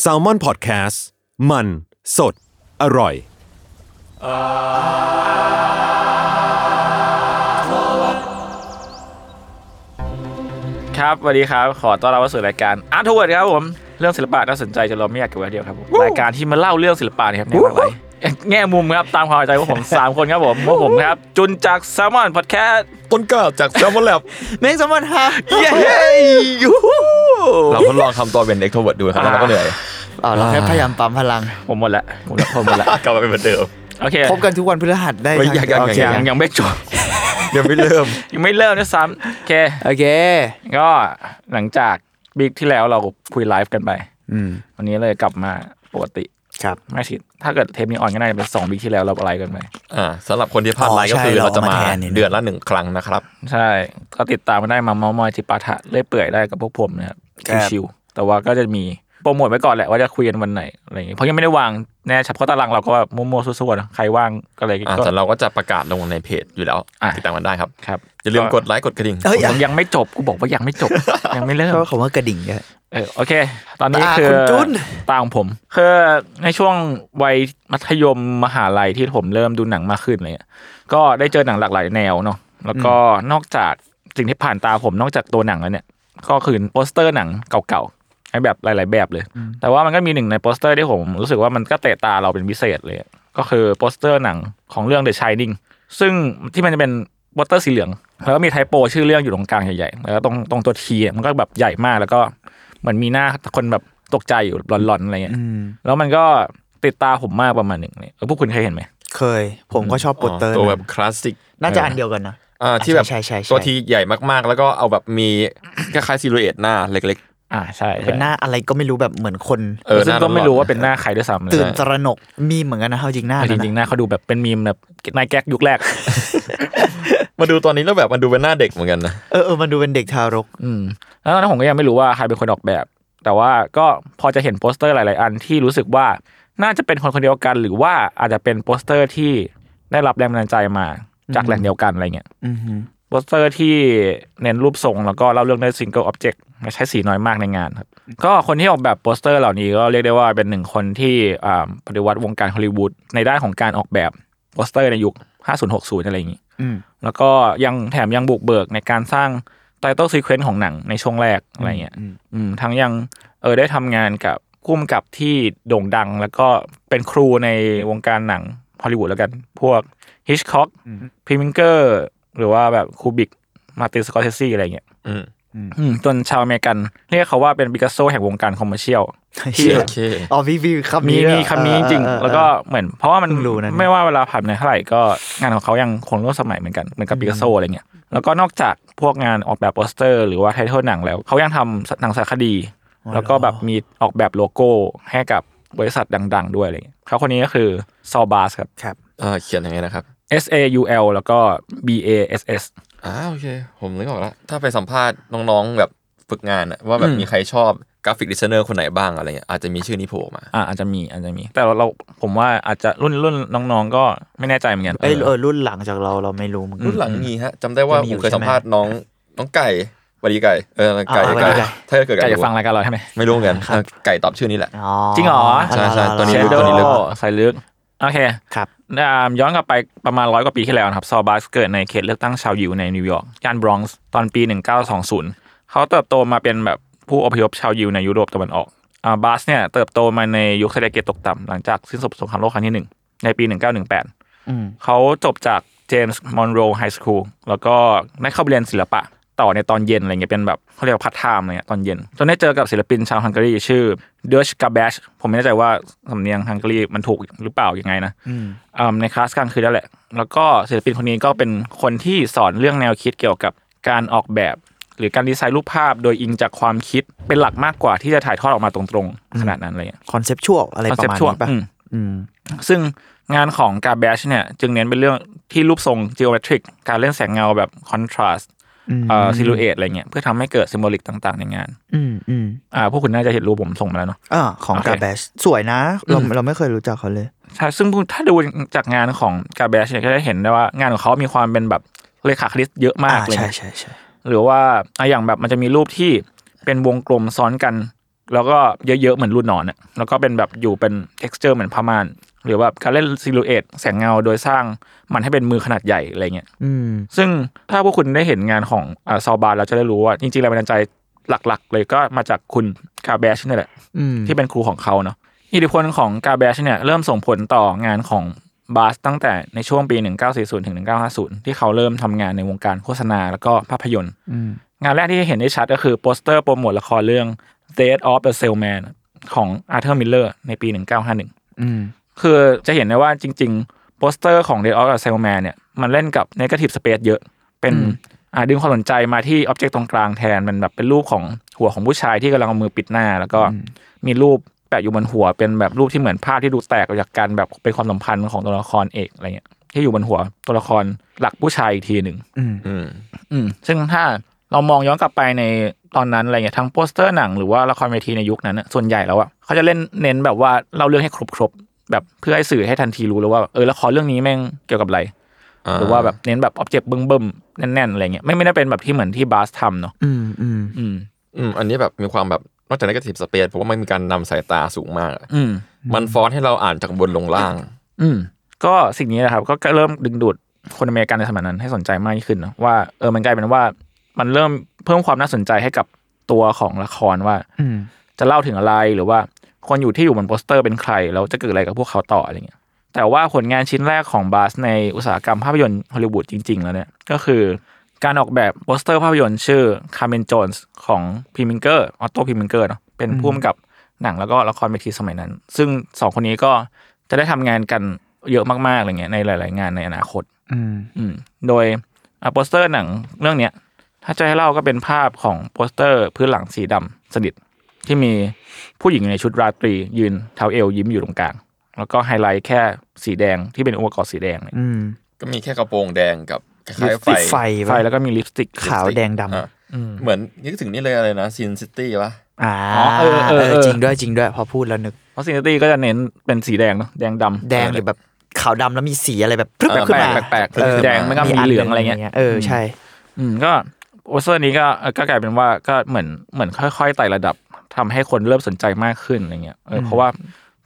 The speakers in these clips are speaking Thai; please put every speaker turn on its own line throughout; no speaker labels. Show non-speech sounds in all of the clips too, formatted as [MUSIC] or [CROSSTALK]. แซลมอนพอดแคสต์มันสดอร่อย
ครับสวัสดีครับ ขอต้อนรับเข้าสู่รายการอาร์ทเวิร์ดครับผม เรื่องศิลปะน่าสนใจจนเราไม่อยากเก็บไว้เดียวครับผม รายการที่มาเล่าเรื่องศิลปะเนะครับในหลากหลายแง่มุมครับ ตามความเข้าใจของผม 3 คนครับผมพวกผมครับ จุนจากแซลมอนพอดแคสต์
ต้นกล้าจากแซมมอนแลบ
เมกสมบัติฮะ
เย้
เราทดลองทำตอนเป็นเอ็กโทเวิร์ดดูครับแล้วเราก็เหนื่อย
อ๋อเราแค่พยายามปั๊มพลัง
ผมหมดละผมละผมหมดละ
กลับมาเป็นเหมือนเดิม
โอเค
พบกันทุกวันพฤหัสได้
ไม่
ทาง
อยากอยาก
โอเค
อยาก
ยังยังไม่จบ
ยังไม่เริ่ม
ยังไม่เริ่มด้วยซ้ำโอเค
โอเค
ก็หลังจากบิ๊กที่แล้วเราคุยไลฟ์กันไปวันนี้เลยกลับมาปกติ
ครับ
ไม่ถิดถ้าเกิดเทปนี้ออนก็น่าจะเป็นสองบิ๊กที่แล้วเราไลฟ์กันไป
อ่าสำหรับคนที่พลาดไลน์ก็คือ
อ๋อใช่
เราจะ
เรามา
มา
แทนเนี่ย
เดือนละหนึ่งครั้งนะครับ
ใช่ ก็ติดตามมาได้มาเมามอยจิปาถะเล่อยเปื่อยได้กับพวกผมนะครับ
ครับ
ชิวๆแต่ว่าก็จะมีโปรโมทไว้ก่อนแหละว่าจะคุยกันวันไหนอะไรอย่างเงี้ยเพราะยังไม่ได้วางแน่ชัดเพราะตารางเราก็แบบมั่วๆซั่วๆนะใครว่างก็เลย
อ่า
ก็
แต่เราก็จะประกาศลงในเพจอยู่แล้ว
อ่ะ
ติดตามกันได้ครับ
ครับ
อย่าลืมกดไลค์กดกระดิ่ง
เอ้ย
ผมยังไม่จบกูบอกว่ายังไม่จบ [LAUGHS] ยังไม่เริ่ม
ก็คำว่ากระดิ่งเนี่ย
เออโอเค ตอนนี้
ตา
คือ
คุณจุ้น
ตาของผมคือในช่วงวัยมัธยมมหาลัยที่ผมเริ่มดูหนังมากขึ้นอะไรเลยก็ได้เจอหนังหลากหลายแนวเนาะแล้วก็นอกจากสิ่งที่ผ่านตาผมนอกจากตัวหนังแล้วเนี่ย ก็คือโปสเตอร์หนังเก่าๆให้แบบหลาย ๆ แบบเลย แต่ว่ามันก็มีหนึ่งในโปสเตอร์ที่ผมรู้สึกว่ามันก็เตะตาเราเป็นพิเศษเลย ก็คือโปสเตอร์หนังของเรื่อง The Shining ซึ่งที่มันจะเป็นโปสเตอร์สีเหลือง แล้วก็มีไทโปชื่อเรื่องอยู่ตรงกลางใหญ่ๆ แล้วก็ตรงตรงตัวทีมันก็แบบใหญ่มากแล้วก็เหมือนมีหน้าคนแบบตกใจอยู่หลอนๆอะไรเงี้ยแล้วมันก็ติดตาผมมากประมาณหนึ่งเนี่ยเออพวกคุณเคยเห็นไหม
เคย ผมก็ชอบโปสเตอร์
ตัว
นะ
แบบคลาสสิก
น่าจะอันเดียวกันนะ
อ่าที่แบบ
ใช่ใช่ใช่
ตัวทีใหญ่มากๆ แล้วก็เอาแบบมี คล้ายๆซิลูเอตหน้าเล็ก
อ่าใช่
เป็นหน้าอะไรก็ไม่รู้แบบเหมือนคน
ๆ เออ
ซึ่ง
หน้า
ก็ไม่รู้ว่า
หลอด
เป็นหน้าใครด้วยซ้ำเลย
ตื่นตระหนกมีเหมือนกันนะเอาจริงหน้า
เออจ
นั้น
ริงๆ
นะ
หน้าเขาดูแบบเป็นมีมแบบนายแก๊กยุคแรก
มาดูตอนนี้แล้วแบบมันดูเป็นหน้าเด็กเหมือนกันนะ
เออเออมันดูเป็นเด็กทารก
อืมแล้วตอนนั้นผมก็ยังไม่รู้ว่าใครเป็นคนออกแบบ แต่ว่าก็พอจะเห็นโปสเตอร์หลาย ๆ อันที่รู้สึกว่าน่าจะเป็นคนคนเดียวกัน หรือว่าอาจจะเป็นโปสเตอร์ที่ได้รับแรงบันดาลใจมาจากแหล่งเดียวกันอะไรเงี้ย
อือหือ
โปสเตอร์ที่เน้นรูปทรงแล้วก็เล่าเรื่องด้วย single object ไม่ใช้สีน้อยมากในงานครับก็คนที่ออกแบบโปสเตอร์เหล่านี้ก็เรียกได้ว่าเป็นหนึ่งคนที่อ่าปฏิวัติวงการฮอลลีวูดในด้านของการออกแบบโปสเตอร์ในยุค 5060 อะไรอย่างนี้
อืม
แล้วก็ยังแถมยังบุกเบิกในการสร้างไตเติลซีเควนต์ของหนังในช่วงแรกอะไรเงี้ยอืมทั้งยังเออได้ทำงานกับคุ้มกับที่โด่งดัง แล้วก็เป็นครูในวงการหนังฮอลลีวูดแล้วกัน พวกฮิชคอกพิมิงเกอร์หรือว่าแบบคูบิกมาตินสกอร์เซซีอะไรเงี้ย
อืม
อืมจนชาวอเมริกัน เรียกเขาว่าเป็นปิกัสโซแห่งวงการคอมเมอร์เชียล ที่
โอเค
อ๋อมีมีคำ
มี
นี้ด้วย
มีคำนี้จริง
เออเออ
ๆแล้วก็เหมือน เพราะว่ามัน
เพิ่งรู้นะเนี่ย
ไม่ว่าเวลาผ่านไปเท่าไหร่ก็งานของเขายังคงร่วมสมัยเหมือนกันเหมือนกับปิกัสโซอะไรเงี้ยแล้วก็นอกจากพวกงานออกแบบโปสเตอร์ หรือว่าไทเทลหนังแล้ว เขายังทำหนังสารคดี แล้วก็แบบมีออกแบบโลโก้ให้กับบริษัทดัง ๆ ด้วยอะไรเงี้ยเขาคนนี้ก็คือซอบาสครับ
ครับ
อ่าเขียนยังไงนะครับ
S A U L แล้วก็ B A S S
อ่าโอเค ผมนึกออกแล้ว ถ้าไปสัมภาษณ์น้องๆแบบฝึกงานอะว่าแบบมีใครชอบกราฟิกดีไซเนอร์คนไหนบ้างอะไรเงี้ยอาจจะมีชื่อนี้โผล่มา
อ่ะอาจจะมีอาจจะมี แต่เราเราผมว่าอาจจะรุ่นรุ่นน้องๆ ก็ไม่แน่ใจเหมือนกัน
เอยเออรุ่นหลังจากเราเราไม่รู้เหมือนกั
รุ่
น
นหลังมีฮะจำได้ว่า
จะมีอ
ผ
ยู่
มเคยสัมภาษณ์น้องน้องไก่บดีไก่เออไก่
อ่า
ไก่
วลีไก่
ถ้าเกิด
ใคร
ไก่
จะฟังรายการเราใช่ไหม
ไม่รู้เหมือนกันเออไก่ตอบชื่อนี้แหละ
อ๋อ
จริงเหรอ
ใช่ใช่ตัวนี้
เช
ลึ
โด
ตัวนี้ลึก
ใส่ลึกโอเค
ครับ
อ่าย้อนกลับไปประมาณร้อยกว่าปีที่แล้วนะครับซอบาสเกิดในเขตเลือกตั้งชาวยิวในนิวยอร์กย่านบรอนซ์ตอนปี 1920 เขาเติบโตมาเป็นแบบ ผู้อพยพชาวยิวในยุโรปตะวันออกอาบาสเนี่ยเติบโตมาในยุคเศรษฐกิจตกต่ำหลังจากสิ้นสุดสงครามโลกครั้งที่หนึ่งในปี 1918
อืม
เขาจบจากเจมส์มอนโรไฮสคูลแล้วก็ได้เข้าไปเรียนศิลปะ ต่อในตอนเย็นอะไรเงี้ยเป็นแบบเขาเรียกพัฒไทม์อะไรเงี้ยตอนเย็น จนได้เจอกับศิลปินชาวฮังการีชื่อเดชกา a บชผมไม่แน่ใจว่าสำเนียงฮังการีมันถูกหรือเปล่ายังไงนะอืมในคลาสกลางคืนนั่นแหละ แล้วก็ศิลปินคนนี้ก็เป็นคนที่สอนเรื่องแนวคิดเกี่ยวกับการออกแบบ หรือการดีไซน์รูปภาพโดยอิงจากความคิดเป็นหลักมากกว่าที่จะถ่ายทอดออกมาตรงๆขนาดนั้นอะไรเงี้ย
คอนเซปชวลอะไรประมาณ
conceptual
นี้ป่ะ
อืม
อืม
ซึ่งงานของกาแบชเนี่ยจึงเน้นเป็นเรื่องที่รูปทรง geometric การเล่นแสงเงาแบบ contrast เอ่อ silhouette อะไรเงี้ยเพื่อทำให้เกิด symbolic ต่างๆ ในงาน
อืมอืม
อ่าพวกคุณน่าจะเห็นรูปผมส่งมาแล้วเนาะ
อ่าของ
โอเค
กาแบชสวยนะ เรา
อืม
เราไม่เคยรู้จักเขาเลย
ใช่ซึ่งถ้าดูจากงานของกาแบชเนี่ยก็จะเห็นได้ว่างานของเขามีความเป็นแบบเลขาคณิตเยอะมาก
อ่า
เลย
ใช่
นะ
ใช่ใช่
หรือว่าอ่ะอย่างแบบมันจะมีรูปที่เป็นวงกลมซ้อนกัน แล้วก็เยอะๆเหมือนรูดหนอนอะแล้วก็เป็นแบบอยู่เป็น t e x t อร์เหมือนผ้าม่านหรือแบบการเล่น silhouette แสงเงาโดยสร้างมันให้เป็นมือขนาดใหญ่อะไรเงี้ย
อืม
ซึ่งถ้าพวกคุณได้เห็นงานของซอบา a แล้วจะได้รู้ว่า จริงๆแรงบันดาลใจหลักๆ เลยก็มาจากคุณกาแบชนี่แหละ
อืม
ที่เป็นครูของเขาเนาะอิทธิพลของกาแบชเนี่ยเริ่มส่งผลต่องานของบาสตั้งแต่ในช่วงปี 1940 ถึง 1950 ที่เขาเริ่มทำงานในวงการโฆษณาแล้วก็ภาพยนตร์
อืม
งานแรกที่เห็นได้ชัดก็คือโปสเตอร์โปรโมทละครเรื่อง Death of the Salesman ของอาร์เธอร์มิลเลอร์ในปี 1951
อืม
คือจะเห็นได้ว่าจริงๆ โปสเตอร์ของ Dead of the Salesman เนี่ยมันเล่นกับ Negative Space เยอะ เป็นอ่าดึงความสนใจมาที่ Object ตรงกลางแทน มันแบบเป็นรูปของหัวของผู้ชายที่กำลังเอามือปิดหน้า แล้วก็มีรูปแปะอยู่บนหัว เป็นแบบรูปที่เหมือนภาพที่ดูแตกออกจากกันแบบเป็นความสัมพันธ์ของตัวละครเอกอะไรเงี้ยที่อยู่บนหัวตัวละครหลักผู้ชายอีกทีหนึ่ง
อืม
อืมซึ่งถ้าเรามองย้อนกลับไปในตอนนั้นอะไรเงี้ยทั้งโปสเตอร์หนังหรือว่าละครเวทีในยุคนั้นน่ะส่วนใหญ่แล้วอะเขาจะเล่นเน้นแบบว่าเล่าเรื่องให้ครบครบๆแบบเพื่อให้สื่อให้ทันทีรู้เลยว่าเออละครเรื่องนี้แม่งเกี่ยวกับอะไร
อ่า
หรือว่าแบบเน้นแบบอ็อบเจกต์เบิ่มๆแน่นๆอะไรเงี้ยไม่ไม่ได้เป็นแบบที่เหมือนที่บาสทำเนาะ
อืมอืม
อืม
อืมอันนี้แบบมีความแบบนอกจากนกาทีฟสเปซผมว่ามันมีการนำสายตาสูงมากอะ
อืม
มันฟอนให้เราอ่านจากบนลงล่าง
อืมก็สิ่งนี้นะครับก็ก็เริ่มดึงดูดคนอเมริกันในสมัยนั้นให้สนใจมากยิ่งขึ้นเนอะว่าเออมันกลายเป็นว่ามันเริ่มเพิ่มความน่าสนใจให้กับตัวของละครว่า
อืม
จะเล่าถึงอะไรหรือว่าคนอยู่ที่อยู่บนโปสเตอร์เป็นใคร แล้วจะเกิดอะไรกับพวกเขาต่ออะไรเงี้ยแต่ว่าผลงานชิ้นแรกของบาสในอุตสาหกรรมภาพยนตร์ฮอลลีวูดจริง ๆ แล้วเนี่ยก็คือการออกแบบโปสเตอร์ภาพยนตร์ชื่อคาร์เมนจ n นส์ของพิมิงเกอร์ออโต้พิมิงเกอร์เนาะเป็นผู้กำกับหนังแล้วก็ละครเวทีสมัยนั้น ซึ่งสองคนนี้ก็จะได้ทำงานกันเยอะมากๆอะไรเงี้ยในหลาย ๆ งานในอนาคต
อืม
อืมโดยอ่ะโปสเตอร์หนังเรื่องเนี้ย ถ้าจะให้เล่าก็เป็นภาพของโปสเตอร์พื้นหลังสีดำสนิทที่มีผู้หญิงอยู่ในชุดราตรี ยืนเท้าเอวยิ้มอยู่ตรงกลาง แล้วก็ไฮไลท์แค่สีแดงที่เป็นองค์ประกอบสีแดงเนี่ย
อืม
ก็มีแค่กระโปรงแดงกับคล้ายๆไฟ
ติดไฟ
ไฟ
ปะ
แล้วก็มีลิปสติก
ขาวแดงดำ
อ่ะเหมือนนึกถึงนี่เลยอะไรนะซินซิตี้ปะ
อ่า
อ๋อเออเออเออ
จริงด้วยจริงด้วย พอพูดแล้วนึก
เพราะซินตี้ก็จะเน้นเป็นสีแดงเนาะแดงดำ
แดงหรือแบบขาวดำแล้วมีสีอะไรแบบพรึบ
เออ
ขึ้น
แปล
มาก
แปลกๆ
เออ
แดงไม่ก็มี
น
เหลืองอะไรเงี้ย
เออใช่
อืมก็โอเซอร์นี้ก็เอ่อก็กลายเป็นว่าก็เหมือนเหมือนค่อยๆไต่ระดับทำให้คนเริ่มสนใจมากขึ้นอะไรเงี้ยเออเพราะว่า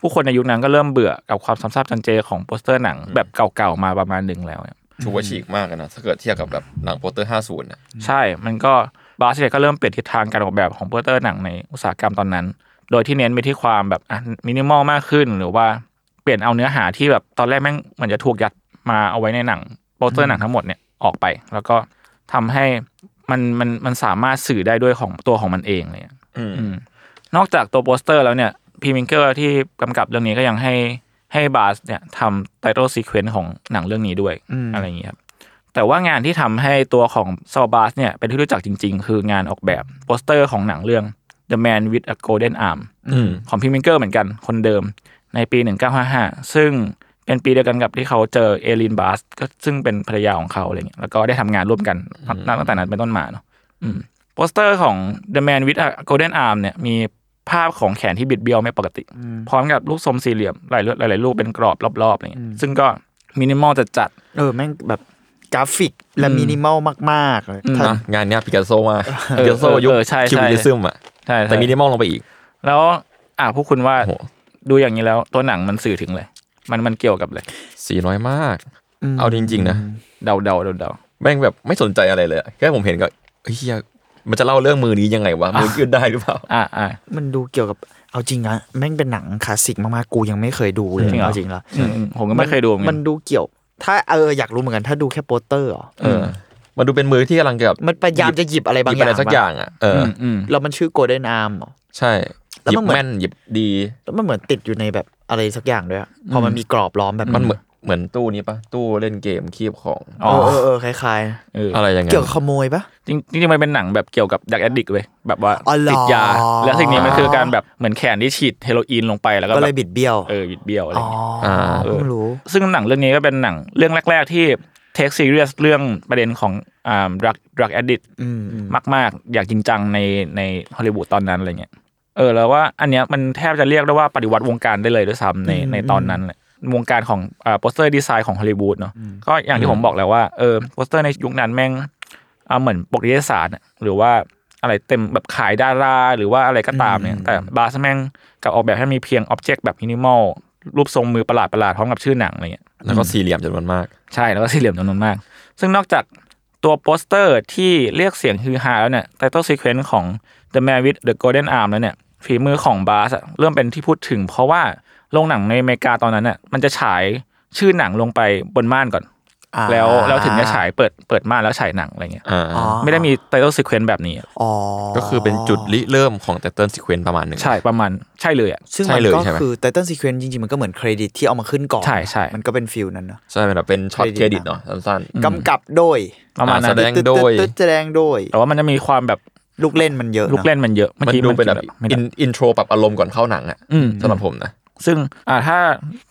ผู้คนในยุคนั้นก็เริ่มเบื่อกับความซ้ำซากจันเจของโปสเตอร์หนังแบบเก่าๆมาประมาณหนึ่งแล้วเนี่ย
ถือว่าฉีกมากอะนะถ้าเกิดเทียบกับแบบหนังโปสเตอร์ห้าศูนย์ะ
ใช่มันก็บาสเกตก็เริ่มเปลี่ยนทิศทางการออกแบบของโปสเตอร์หนังในอุตสาหกรรมตอนนั้น โดยที่เน้นไปที่ความแบบอ่ะมินิมอลมากขึ้น หรือว่าเปลี่ยนเอาเนื้อหาที่แบบตอนแรกแม่งเหมือนจะถูกยัดมาเอาไว้ในหนังโปสเตอร์หนังทั้งหมดเนี่ยออกไป แล้วก็ทำให้มันมันมันสามารถสื่อได้ด้วยของตัวของมันเองเลย
อืม
อืมนอกจากตัวโปสเตอร์แล้วเนี่ยพีมิงเกอร์ที่กำกับเรื่องนี้ก็ยังให้ให้บาสเนี่ยทำไต l e ลซีเควนต์ของหนังเรื่องนี้ด้วย
อืม
อะไรอย่างนี้ยครับแต่ว่างานที่ทำให้ตัวของซอบาสเนี่ยเป็นที่รู้จักจริง ๆ คืองานออกแบบโปสเตอร์ของหนังเรื่อง The Man with a Golden Arm
อืม
ของพีมิงเกอร์เหมือนกันคนเดิมในปี 1955 ซึ่งเป็นปีเดียวกันกับที่เขาเจอเอลินบาสก็ซึ่งเป็นภรรยาของเขาอะไรเงี้ยแล้วก็ได้ทำงานร่วมกันนับตั้งแต่นั้นเป็นต้นมาเนาะอืมโปสเตอร์ของ The Man with a Golden Arm เนี่ยมีภาพของแขนที่บิดเบี้ยวไม่ปกติ พร้อมกับลูกทรงสี่เหลี่ยมหลายๆหลายๆลูกเป็นกรอบรอบๆอะไรเงี้ยซึ่งก็มินิมอลจัดจัด
เออแม่งแบบกราฟิกและมินิมอลมากๆเลย
อืม
ถ้า
นะงานเนี้ยปิกัสโซมาก
เออ
ปิกัสโซยุค
เออใช่ใช่
คิวบิลิซึมอ่ะ
ๆใช่
แต่
แต่
มินิมอลลงไปอีก
แล้วอ่ะพวกคุณว่า
โอ้โห
ดูอย่างนี้แล้วตัวหนังมันสื่อถึงเลย มันมันเกี่ยวกับเลย
สีน้อยมาก เอาจริงๆนะ
เดาเดาเดาเดา
แม่งแบบไม่สนใจอะไรเลยอะแค่ผมเห็นก็เฮ้ยเหี้ย มันจะเล่าเรื่องมือนี้ยังไงวะมือยืดได้หรือเปล่า
อ่าอ่า
มันดูเกี่ยวกับเอาจริงอะแม่งเป็นหนังคลาสสิกมากๆกูยังไม่เคยดูเลย
จริงเหรอ
เอาจริงแล้ว
อืมอืมผมก็ไม่เคยดูเหมือน
มั
กัน น
ดูเกี่ยว ถ้าเอออยากรู้เหมือนกันถ้าดูแค่โปสเตอร์เหรอ
เออ มันดูเป็นมือที่กำลังจะแบบ
มันพยายามจะหยิบอะไร
ห
บาง
ยิบ
อ
อะ
ย่า
ไรง สักอย่างอ่ะเออ
อื
อ
มอืม
แล้วมันชื่อโกลเด้นอาร์ม
ใช่
แล้ว
หยิ
มั
บ
นเหมือน
แม่นหยิบดี
แล้วมันเหมือนติดอยู่ในแบบอะไรสักอย่างด้วยอะพอมันมีกรอบล้อมแบบ
มันเหมือนเหมือนตู้นี้ปะตู้เล่นเกมคีบของ
อ๋
เอ
อ
อเออเออคล้าย
เออ
อะไรอย่า
ๆ
งเงี้
เกี่ยวย กับขโมยปะ
จริงจริงๆมันเป็นหนังแบบเกี่ยวกับดักแอดดิกเว้ยแบบว่า
อ๋อเหรอ
ติดยา แล้วสิ่งนี้มันคือการแบบเหมือนแขนที่ฉีดเฮโรอีนลงไปแล้วก็
ก็เล
แบ
ย
บ
บิดเบี้ยว
เออบิดเบี้ยวอะไร
อ๋อ
เงี้ย
อา เพิ่งรู้
ซึ่งหนังเรื่องนี้ก็เป็นหนังเรื่องแรก ๆ ที่เทคซีเรียสเรื่องประเด็นของอ่ารักรักแอดดิก
อืมอืม
มาก ๆ อยากจริงจังในในฮอลลีวูดตอนนั้นอะไรเงี้ยเออแล้วว่าอันเนี้ยมันแทบจะเรียกได้ว่าปฏิวัติวงการได้เลยด้วยซ้ำในในตอนนั้นแหละวงการของอ่าโปสเตอร์ดีไซน์ของฮอลลีวูดเนาะก็อย่างที่ผมบอกแหล้วว่าเออโปสเตอร์ในยุคนั้นแม่งอ่าเหมือนปกนิตยสารอะหรือว่าอะไรเต็มแบบขายดาราหรือว่าอะไรก็ตามเนี่ยแต่บาสแม่งกลับออกแบบให้มีเพียงอ็อบเจกต์แบบมินิมอลรูปทรงมือประหลาดประหลาดๆพร้อมกับชื่อหนังอะไรเงี้ย
แล้วก็สี่เหลี่ยมจำนวนมาก
ใช่แล้วก็สี่เหลี่ยมจำนวนมาก ซึ่งนอกจากตัวโปสเตอร์ที่เรียกเสียงฮือฮาแล้วเนี่ยไตเติลซีเควนซ์ของ The Man with the Golden Arm แล้วเนี่ยฝีมือของบาสอะเริ่มเป็นที่พูดถึง เพราะว่าโรงหนังในอเมริกาตอนนั้นเนี่ยมันจะฉายชื่อหนังลงไปบนม่านก่อน
อ่า
แล้วแล้วถึงจะฉายเปิดเปิดม่านแล้วฉายหนังอะไรเงี้ย
อ่า
ไม่ได้มีไตเติลซีเควนซ์แบบนี้อะ
อ๋อ
ก็คือเป็นจุดริเริ่มของไตเติลซีเควนต์ประมาณหนึ่ง
ใช่ประมาณใช่เลยอ่ะ
ซึ่ง
ใช่
มัน
เลย
ก็
ใช่ไหม
คือไตเติ้ลซีเควนต์จริงๆ มันก็เหมือนเครดิตที่เอามาขึ้นก่อน
ใช่ใช่
มันก็เป็นฟิลนั้นเนอะ
ใช่เป็นแบบเป็นช็อตเครดิตเนาะสั้น
กำกับโดย
ประมาณนั้
อ่าแสด
น
ง โดย
ตึ๊ดๆแสดงโดย
แต่ว่ามันจะมีความแบบ
ลูกเล่นมันเยอะะ
ลูกเล่นมันเยอะ
ๆ มัน
กี้
ดูเป็นแบบ
ไม่
อิ
ได้
นอินโทรปรับอารมณ์ก่อนเข้าหนังอ่ะ
อืม
สำหรับผมนะ
ซึ่งอ่าถ้า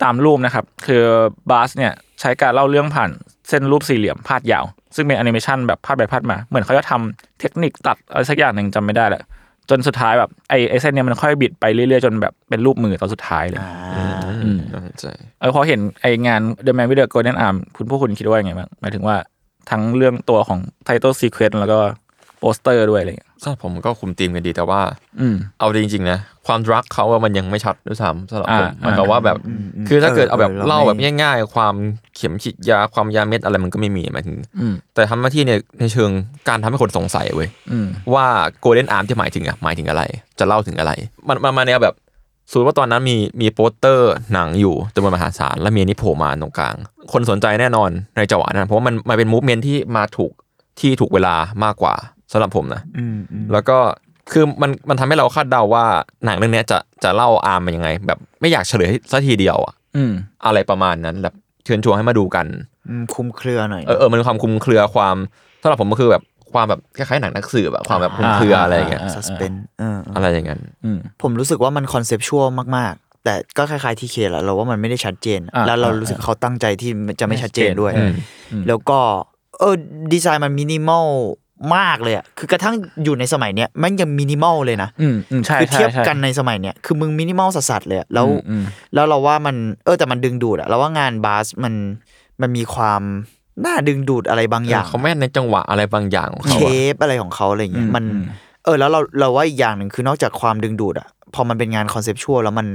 ตามรูปนะครับ คือบาสเนี่ยใช้การเล่าเรื่องผ่านเส้นรูปสี่เหลี่ยมพาดยาว ซึ่งเป็นแอนิเมชันแบบพาดไปพาดมา เหมือนเขาจะทำเทคนิคตัดอะไรสักอย่างหนึ่งจำไม่ได้แหละ จนสุดท้ายแบบไอ้ไอ้เส้นเนี่ยมันค่อยบิดไปเรื่อยๆ จนแบบเป็นรูปมือตอนสุดท้ายเลย
อืมน่าสนใจ
เออพอเห็นไอ้งาน The Man with the Golden Arm คุณพวกคุณคิดว่ายังไงบ้างหมายถึงว่าทั้งเรื่องตัวของ Title Sequence แล้วก็โปสเตอร์ด้วยอะไรอย่างเงี้ย
สำหรับผมก็คุมทีมกันดีแต่ว่า
อืม
เอาจริงๆนะความรักเขาอะมันยังไม่ชัดด้วยซ้ำสำหรับผม
อ่า
หมันก็ว่าแบบ คือถ้าเกิดเอาแบบ
เออเรา
เล่าแบบ
ไม่
ง่ายๆ ความเข็มฉีดยาความยาเม็ดอะไรมันก็ไม่มีหมายถึง
อืม
แต่ทำหน้าที่ในในเชิงการทำให้คนสงสัยเว้ย
อืม
ว่าโกลเด้นอาร์มที่หมายถึงอะหมายถึงอะไร จะเล่าถึงอะไร มันมันมาแนวแบบสมมติว่าตอนนั้นมีมีโปสเตอร์หนังอยู่จำนวนมหาศาลและมีอันนี้โผล่มาตรงกลาง คนสนใจแน่นอนในจังหวะนั้นเพราะว่ามันมันเป็นมูฟเมนที่มาถูกที่ถูกเวลามากกว่าสำหรับผมนะ
อืมอืม
แล้วก็คือมันมันทำให้เราคาดเดาว่าหนังเรื่องเนี้ยจะจะเล่าอาร์มมันยังไง แบบไม่อยากเฉลยสักทีเดียวอะ
อืม
อะไรประมาณนั้นแบบเชิญชวนให้มาดูกัน
อืมคุมเครือหน่อย
เออเออมันมีความคลุมเครือความสำหรับผมมันคือแบบความแบบคล้ายๆหนังนักสืบอะความแบบคลุมเครืออะไรอย่างเงี้ย
สัสเปนเออ
อะไรอย่างเงี้ย
อืม
ผมรู้สึกว่ามันคอนเซปชวลมากๆ แต่ก็คล้ายๆทีเคแหละเราว่ามันไม่ได้ชัดเจน
อ่า
แล้วเรา
อ่ารู้
รู้สึกเขาตั้งใจที่มันจะไม่ชัดเจนด้วย
อืม
แล้วก็เออดีไซน์มันมินิมอลมากเลยอะคือกระทั่งอยู่ในสมัยเนี้ยมันยังมินิมอลเลยนะ
อืมอืมใช่
คือ
ใช่
เทียบ
ใช่
กันในสมัยเนี้ยคือมึงมินิมอลสัสๆเลยอะแล้ว
อืมอืม
แล้วเราว่ามันเออแต่มันดึงดูดอะเราว่างานบาสมันมันมีความน่าดึงดูดอะไรบางอย่าง
เขาแม่นในจังหวะอะไรบางอย่างของ
เช
เขาอะ
ฟอะไรของเขาอะไรอย่างเงี้ยมันเออแล้วเราเราว่าอีกอย่างหนึ่งคือนอกจากความดึงดูดอะพอมันเป็นงานคอนเซปชวลแล้วมัน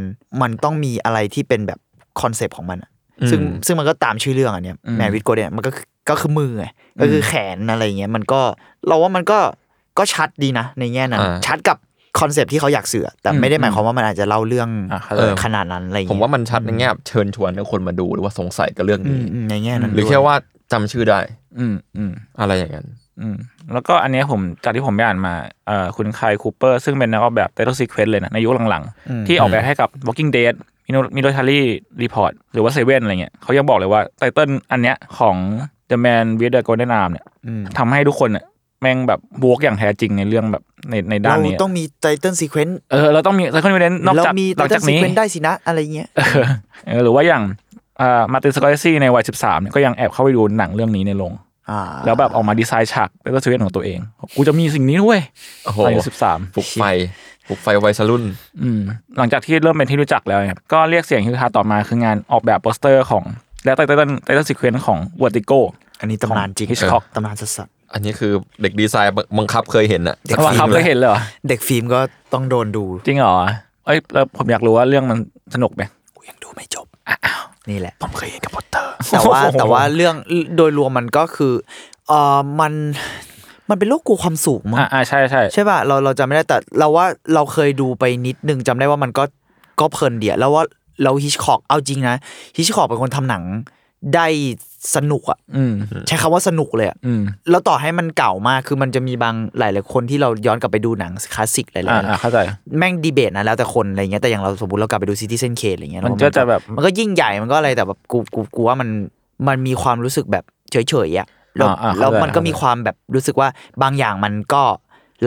มันต้องมีอะไรที่เป็นแบบคอนเซปต์ของมันอะซึ่งซึ่งมันก็ตามชื่อเรื่องอันเนี้ยแมวิดโกเนี่ยมันก็คือก็คือมือไงก็คือแขนอะไรอย่างเงี้ยมันก็เราว่ามันก็ก็ชัดดีนะในแง่นั้น ชัดกับคอนเซปต์ที่เขาอยากสื่อแต่ไม่ได้หมายความว่ามันอาจจะเล่าเรื่อง
อ่ะเข้าใจ
เออขนาดนั้นอะไรอย่ง
ผม
เงี้ย
ว่ามันชัดในแง่แบบเชิญชวนให้คนมาดูหรือว่าสงสัยกับเรื่อง
อื
นี้
มอืมในแง่นั้น
หรือ
ด้วย
แค่ว่าจำชื่อได้
อืมอืม
อะไรอย่างเงี้ย
อืมแล้วก็อันเนี้ยผมจากที่ผมไปอ่านมาเอ่อคุณคายคูเปอร์ซึ่งเป็นนักออกแบบ Title Sequence เลยนะ ในยุคหลังๆ ที่ออกแบบให้กับ Walking Dead Military Report หรือว่า Seven อะไรเงี้ยเขายังบอกเลยว่าไตเติลอันเนี้ยของ The Man with the Golden Arm เนี่ยทำให้ทุกคนเนี่ยแม่งแบบบวกอย่างแท้จริงในเรื่องแบบในในด้าน
เรา
นี้อะ
ต้องมีไตเติ้ลซีเควนต์
เออเราต้องมีแล้วก็มีเน้นนอก
เรา
จาก
มี
ห
ไต
ลัง
เติ้
จา
ล
ก
ซี
นี้
เควนต์ได้สินะอะไรเงี้ย
[LAUGHS] เออหรือว่าอย่างอ่ามาตินสกอร์เซซีในวัย 13เนี่ยก็ยังแอบเข้าไปดูหนังเรื่องนี้ในโรง
อ่า
แล้วแบบออกมาดีไซน์ฉากไตเติลซีเควนของตัวเองกูจะมีสิ่งนี้ด้วย
โอ้โห
อายุสิบสาม
ปลุกไฟปลุกไฟวัยสรุ่น
อืมหลังจากที่เริ่มเป็นที่รู้จักแล้วเนี่ยก็เรียกเสียงฮือฮาต่อมาคืองานออกแบบโปสเตอร์ของและไตเติ้ลไตเติ้ลซีเควนซ์ของ Vertigo
อันนี้ตำนานจริง
Hitchcock
ตำนานสัส
อันนี้คือเด็กดีไซน์บังคับเคยเห็นอะ
เว่าครับเคยเห็นเลยเหรอ
ๆเด็กฟิล์มก็ต้องโดนดู
จริงเหรอเอ้ยแล้วผมอยากรู้ว่าเรื่องมันสนุกไหม
กูยังดูไม่จบนี่แหละ
ผมเคยเห็นกับพอตเตอร์
แต่ว่าแต่ว่าเรื่องโดยรวมมันก็คือเออมัน มันเป็นโรคกลัวความสูงมั้ง
อ่าอ่าใช่ใช่
ใช่ป่ะเราเราจำไม่ได้แต่เราว่าเราเคยดูไปนิดนึงจำได้ว่ามันก็ก็เพลินเดียวแล้วว่าเราฮิชคอกเอาจริงนะฮิชคอกเป็นคนทำหนังได้สนุกอะ
อืม
ใช้คำว่าสนุกเลยอะ
อืม
แล้วต่อให้มันเก่ามากคือมันจะมีบางหลายๆคนที่เราย้อนกลับไปดูหนังคลาสสิกหลายๆ
อ่า
อัน
อ่าเข้าใจ
แม่งดีเบตนะแล้วแต่คนอะไรเงี้ยแต่อย่างเราสมมติเรากลับไปดูซิตี้เซนเคอะไรเงี้ย
มัน
เรา
ก็จะแบบ
มันก็ยิ่งใหญ่มันก็อะไรแต่แบบกูกูกูว่ามันมันมีความรู้สึกแบบเฉยเฉยๆอะแล้ว
อ่าอ่า
แล้ว
เข้าใจ
มันก็มีความแบบรู้สึกว่าบางอย่างมันก็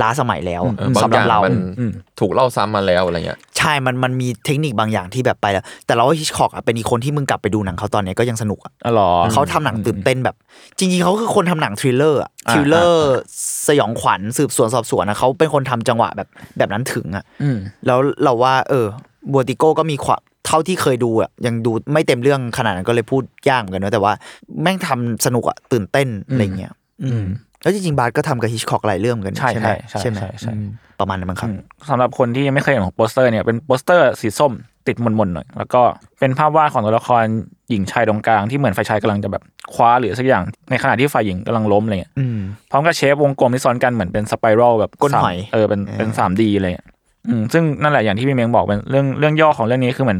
ล้าสมัยแล้ว
อืม
เออบาง
สำห
อ
รับ
ย่าง
เรา
มัน
อืม
ถูกเล่าซ้ำมาแล้วอะไรเงี้ย
ใช่มันมันมีเทคนิคบางอย่างที่แบบไปแล้ว แต่เราว่าฮิชคอกอะเป็นอีกคนที่มึงกลับไปดูหนังเขาตอนเนี้ยก็ยังสนุกอะ
อ๋อเหรอ
เขาทำหนังตื่นเต้นแบบ จริงๆเขาคือคนทำหนังทริลเลอร์อะ
อ่า
ทริลเลอร์สยองขวัญสืบสวนสอบสวนนะเขาเป็นคนทำจังหวะแบบแบบนั้นถึงอะ
อืม
แล้วเราว่าเออบัวติโก้ก็มีความเท่าที่เคยดูอ่ะยังดูไม่เต็มเรื่องขนาดนั้นก็เลยพูดยากเหมือนกันเนอะแต่ว่าแม่งทำสนุกอ่ะตื่นเต้นอะไรเงี้ยอืมแล้วจริงๆบาร์ก็ทำกับฮิชคอกหลายเรื่องเหมือนกัน
ใช่
ไหม
ใช่ใช่
ใช่ไหม
ใช่ใช่
อืมประมาณนั้นมั้งครับ
สำหรับคนที่ยังไม่เคยเห็นของโปสเตอร์เนี่ยเป็นโปสเตอร์สีส้มติดหมนๆหน่อย แล้วก็เป็นภาพวาดของตัวละครหญิงชายตรงกลางที่เหมือนฝ่ายชายกำลังจะแบบคว้าหรือสักอย่างในขณะที่ฝ่ายหญิงกำลังล้มอะไรเงี้ย
อืม
พร้อมกับเชฟวงกลมที่ซ้อนกันเหมือนเป็นสไปรัลแบบ
ก้นหอย
สามเออเป็นเป็นสามดีเลยอะอืมซึ่งนั่นแหละอย่างที่พี่เมงบอกเป็นเรื่องเรื่องย่อของเรื่องนี้คือเหมือน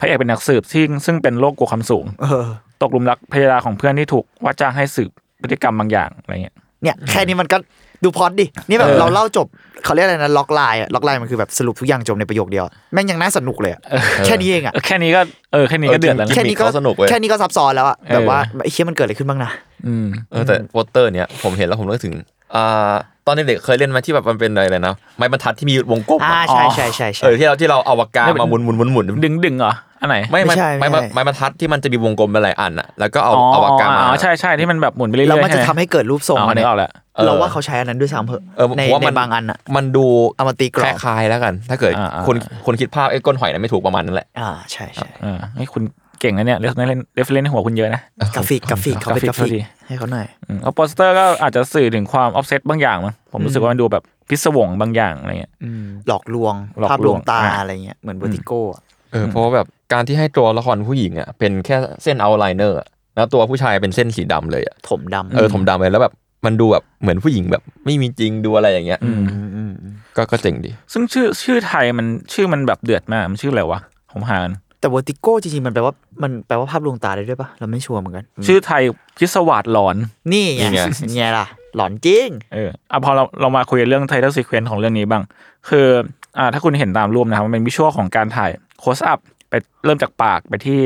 พระเอกเป็นนักสืบที่ซึ่งเป็นโรคกลัวความสูง
เออ
ตกหลุมรักภรรยาของเพื่อนที่ถูกว่าจ้างให้สืบพฤติกรรมบางอย่างอะไรเงี้ย
เนี่ยแค่นี้มันก็ดูพล็อดดินี่แบบ
เออ
เราเล่าจบเขาเรียกอะไรนะล็อกไลน์อะล็อกไลน์มันคือแบบสรุปทุกอย่างจบในประโยคเดียวแม่งยังน่าสนุกเลยอะแค่นี้เอง
[LAUGHS]
อ่ะ
เออแค่นี้ก็เออแค่นี้ก็เดือดแล้ว
จ
นะ
ริง
แค่นี้ก็
เขาสนุกเว้ย
แค่นี้ก็ซับซ้อนแล้วอ่ะแบบ
เออ
ว่าไอ้เชี่ยมันเกิดอะไรขึ้นบ้างนะ
อืม
เออแต่โปสเตอร์เนี้ยผมเห็นแล้วผมนึกถึงอ่าตอนเด็กๆเคยเล่นไหมาที่แบบมันเป็นอะไรนะไม้บรรทัดที่มีวงกลม
อ่า
อะ
ใช่ใช่ใช่ใช่
เออที่เราที่เราเอาปากกา
ไม่เป็น
มาหมุนหมุนหมุนหมุน
ดึงดึงเหรออันไหน
ไม่
ไม่
ไม่
ใช่
ไม้
ไม่ใช่
ไม้บรรทัดที่มันจะมีวงกลมเป็นหลายอันอ่ะแล้วก็เอาเอาปากกามา
อ๋อใช่ใช่ที่มันแบบหมุนไปเรื่อยๆ
แล้วมันจะ
ช่ไ
ทำให้เกิดรูปทรง
อ๋อ
อัน
นึ
เนี้
ก
ย
ออกแล้ว
เออ
เราว่าเขาใช้อันนั้นด้วยซ้ำเหอะ
เออ
ใน
ผมว่ามั
ในบางอันอะ
มันดู
เอามาตีกรอบ
คล้ายๆแล้วกัน ถ้าเกิด
อ่าๆ
คนคนคิดภาพไอ้ก้นหอยนั้นไม่ถูกประมาณนั้นแหละ
อ่าใช่ใช่
เออไอ้ยคุณเก่งนะเนี่ยเรฟเล่นเรฟเล่นหัวคุณเยอะนะ
กราฟิกกราฟิกเขาเป็น
ก
ก
รา
รา
ฟิกพอ
ฟิก
ดี
ให้เขาหน่อย
อืมเอาโปสเตอร์ก็อาจจะสื่อถึงความออฟเซตบางอย่างมั้งผมรู้สึกว่ามันดูแบบพิศวงบางอย่างอะไรเงี้ย
หลอกลวง
หลอกลวง
ภาพลวงตา
อ่ะ
อะไรเงี้ยเหมือนเวอร์ติโก้อะ
เออเพราะว่าแบบการที่ให้ตัวละครผู้หญิงอ่ะเป็นแค่เส้นเอาไลเนอร์แล้วตัวผู้ชายเป็นเส้นสีดำเลยอ่ะ
ถมดำ
เออผมดำเลยแล้วแบบมันดูแบบเหมือนผู้หญิงแบบไม่มีจริงดูอะไรอย่างเงี้ย
มอืมอืม
ก็ก็เจ๋งดี
ซึ่งชื่อชื่อไทยมันชื่อมันแบบเดือดมากมันชื่ออะไรวะผมหากัน
แต่เวอร์ติโก้จริงๆมันแปลว่ามันแปลว่าภาพลวงตาได้ด้วยปะเราไม่ชัวร์เหมือนกัน
ชื่อไทยพิศวาสหลอน
นี่
นี่
ไง
ไง
นี่ไงล่ะ หลอนจริง
เอออ่ะพอเราเรามาคุยเรื่องไทเทลซีเควนต์ของเรื่องนี้บ้าง คืออ่าถ้าคุณเห็นตามรูปนะครับมันเป็นวิชวลของการถ่ายโคสอัพไปเริ่มจากปากไปที่